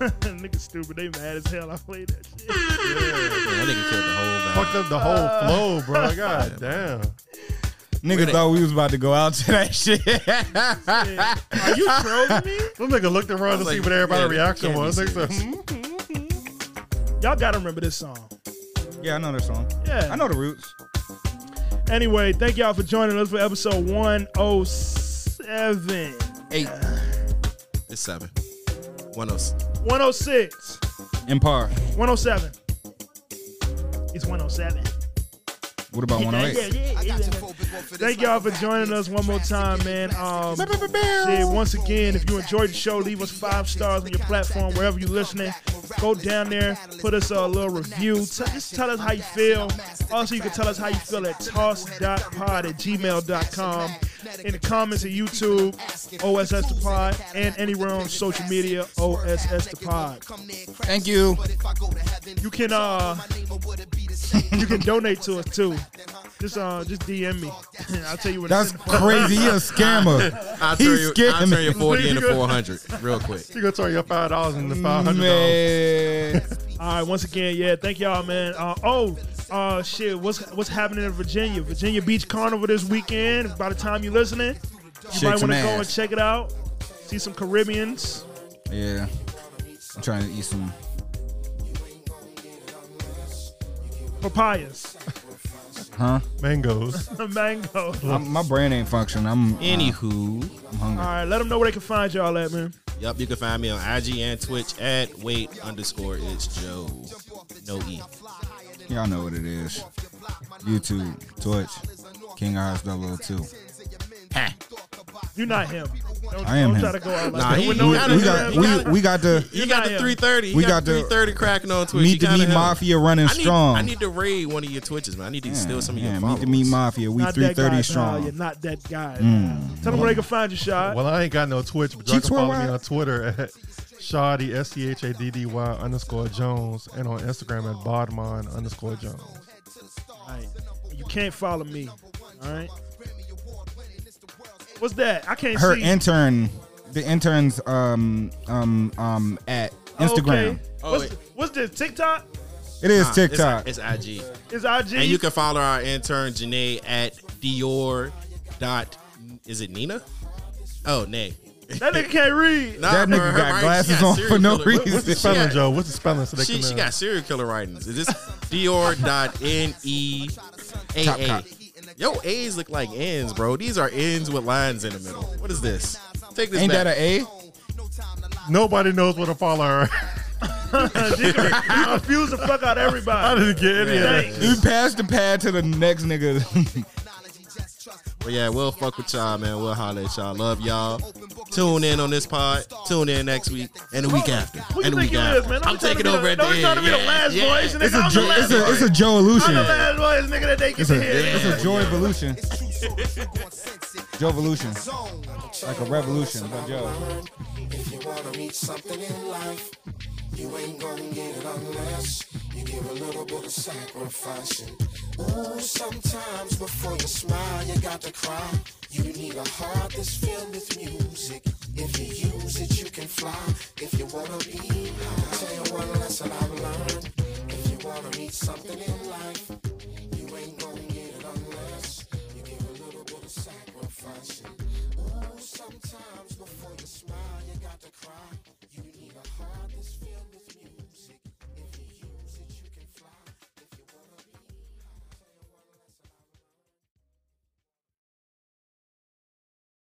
A: Nigga stupid. They mad as hell. I played that shit.
C: That nigga killed the whole
D: Fucked up the whole flow, bro. God damn.
B: Nigga thought we was about to go out to that shit.
A: Are you trolling me?
D: This nigga looked around to see what everybody's reaction was. Nigga said, hmm.
A: Y'all gotta remember this song.
B: yeah, I know that song.
A: Yeah.
B: I know the roots.
A: Anyway, thank y'all for joining us for episode 107.
C: Eight. It's seven. One of
A: 106.
B: In par.
A: 107. It's 107.
B: What about 108?
A: Thank y'all for joining us one more time, man. Um, shit, once again, if you enjoyed the show, leave us five stars on your platform, wherever you're listening. Go down there, put us a little review. T- just tell us how you feel. Also, you can tell us how you feel at toss.pod at gmail.com. In the comments at YouTube, OSS the Pod, and anywhere on social media, OSS the Pod.
B: Thank you.
A: You can uh, you can donate to us too. Just uh, just DM me. I'll tell you what.
B: That's crazy. He a scammer.
C: I'll
B: He
C: turn, you, I'll
B: scamming.
C: turn your 40 into 400 real quick.
D: She gonna turn your five dollars into five hundred
B: dollars.
A: All right, once again, yeah, thank y'all, man. Uh, oh, uh, shit, what's what's happening in Virginia? Virginia Beach Carnival this weekend. By the time you're listening, you
B: Shake
A: might
B: some
A: want to go and
B: ass.
A: check it out. See some Caribbeans.
B: Yeah. I'm trying to eat some.
A: Papayas,
B: Huh?
D: Mangoes.
A: mango.
B: I'm, my brain ain't functioning. I'm. uh, I'm
C: Anywho.
A: All
B: hungry.
A: right, let them know where they can find y'all at, man.
C: Yep, you can find me on IG and Twitch at wait underscore it's Joe. No E.
B: Y'all know what it is. YouTube, Twitch, King Oz 002.
A: You're not him. Don't,
B: I am
A: don't
B: him.
A: try to go out like
B: Nah,
A: that.
B: he-
A: We know
B: we-
A: it's
B: we
A: him.
B: got- we- we got the-
C: You got the 330.
B: We
C: We got
B: got the
C: the 330 cracking on Twitch.
B: Meet
C: You
B: the
C: gotta
B: Meat
C: help.
B: Mafia running
C: I need-
B: strong.
C: I need to raid one of your Twitches, man. I need to steal some of your
B: Yeah,
C: followers.
B: meet the Meat Mafia. We
A: Not that
B: 330
A: guy,
B: strong.
A: Nah, you're not that guy.
B: Mm.
A: Tell them where they can find you, Shad.
D: Well, I ain't got no Twitch, but y'all
A: Cheeks
D: can follow
A: worldwide.
D: me on Twitter at Shoddy, S C H A D D Y underscore Jones, and on Instagram at Bodmon underscore Jones.
A: Alright. You can't follow me. All right. What's that? I can't
B: Her
A: see.
B: intern, the intern's um um um at Instagram.
A: Okay.
C: Oh,
A: what's, what's this? TikTok?
B: It is
C: Nah, it's-
B: TikTok.
C: It's, IG.
A: It's IG?
C: And you can follow our intern Janae at Dior. Dot, is it Nina? Oh, nay.
A: That nigga can't read.
C: Nah, bro, her writing- she got serial killer- what-
D: What's the
C: she
D: spelling,
C: got-
D: Joe? What's the spelling? So they
C: she,
D: can,
C: she
D: uh,
C: got serial killer writings. Is this Dior.NEAA?
D: Top
C: E Yo, A's look like N's, bro. These are N's with lines in the middle. What is this? Take this
D: Ain't
C: back.
D: that
B: an
D: Nobody knows what to follow her.
A: you confuse the fuck out of everybody.
D: I didn't get any of
A: Thanks.
D: that.
B: We passed the pad to the next nigga.
C: But yeah, we'll fuck with y'all, man. We'll holler at y'all. Love y'all. Tune in on this pod. Tune in next week and the week after.
A: Who you
C: and the
A: think
C: week
A: you
C: after.
A: is, man? Don't
C: I'm
A: be trying to
C: taking
A: be the-
C: over at the
A: don't be
C: end.
A: trying to be the
C: yeah,
A: last
C: yeah.
A: voice, nigga.
B: it's a
A: I'm the
B: jo-
A: last
B: it's a it's a
A: voice.
B: Joe
A: I'm
B: Illusion.
A: the last voice, nigga, that they get
B: It's
A: to
B: a,
A: hear.
B: it's a Joy Evolution. Joe Evolution. Like a revolution, but Joe.
P: If you wanna reach something in life, you ain't gonna get it unless you give a little bit of sacrificing. Ooh, sometimes before you smile, you got to cry. You need a heart that's filled with music. If you use it, you can fly. If you wanna be high, I'll tell you one lesson I've learned. If you wanna reach something in life, you ain't gonna get it unless you give a little bit of sacrificing. Ooh, sometimes before you smile, you got to cry.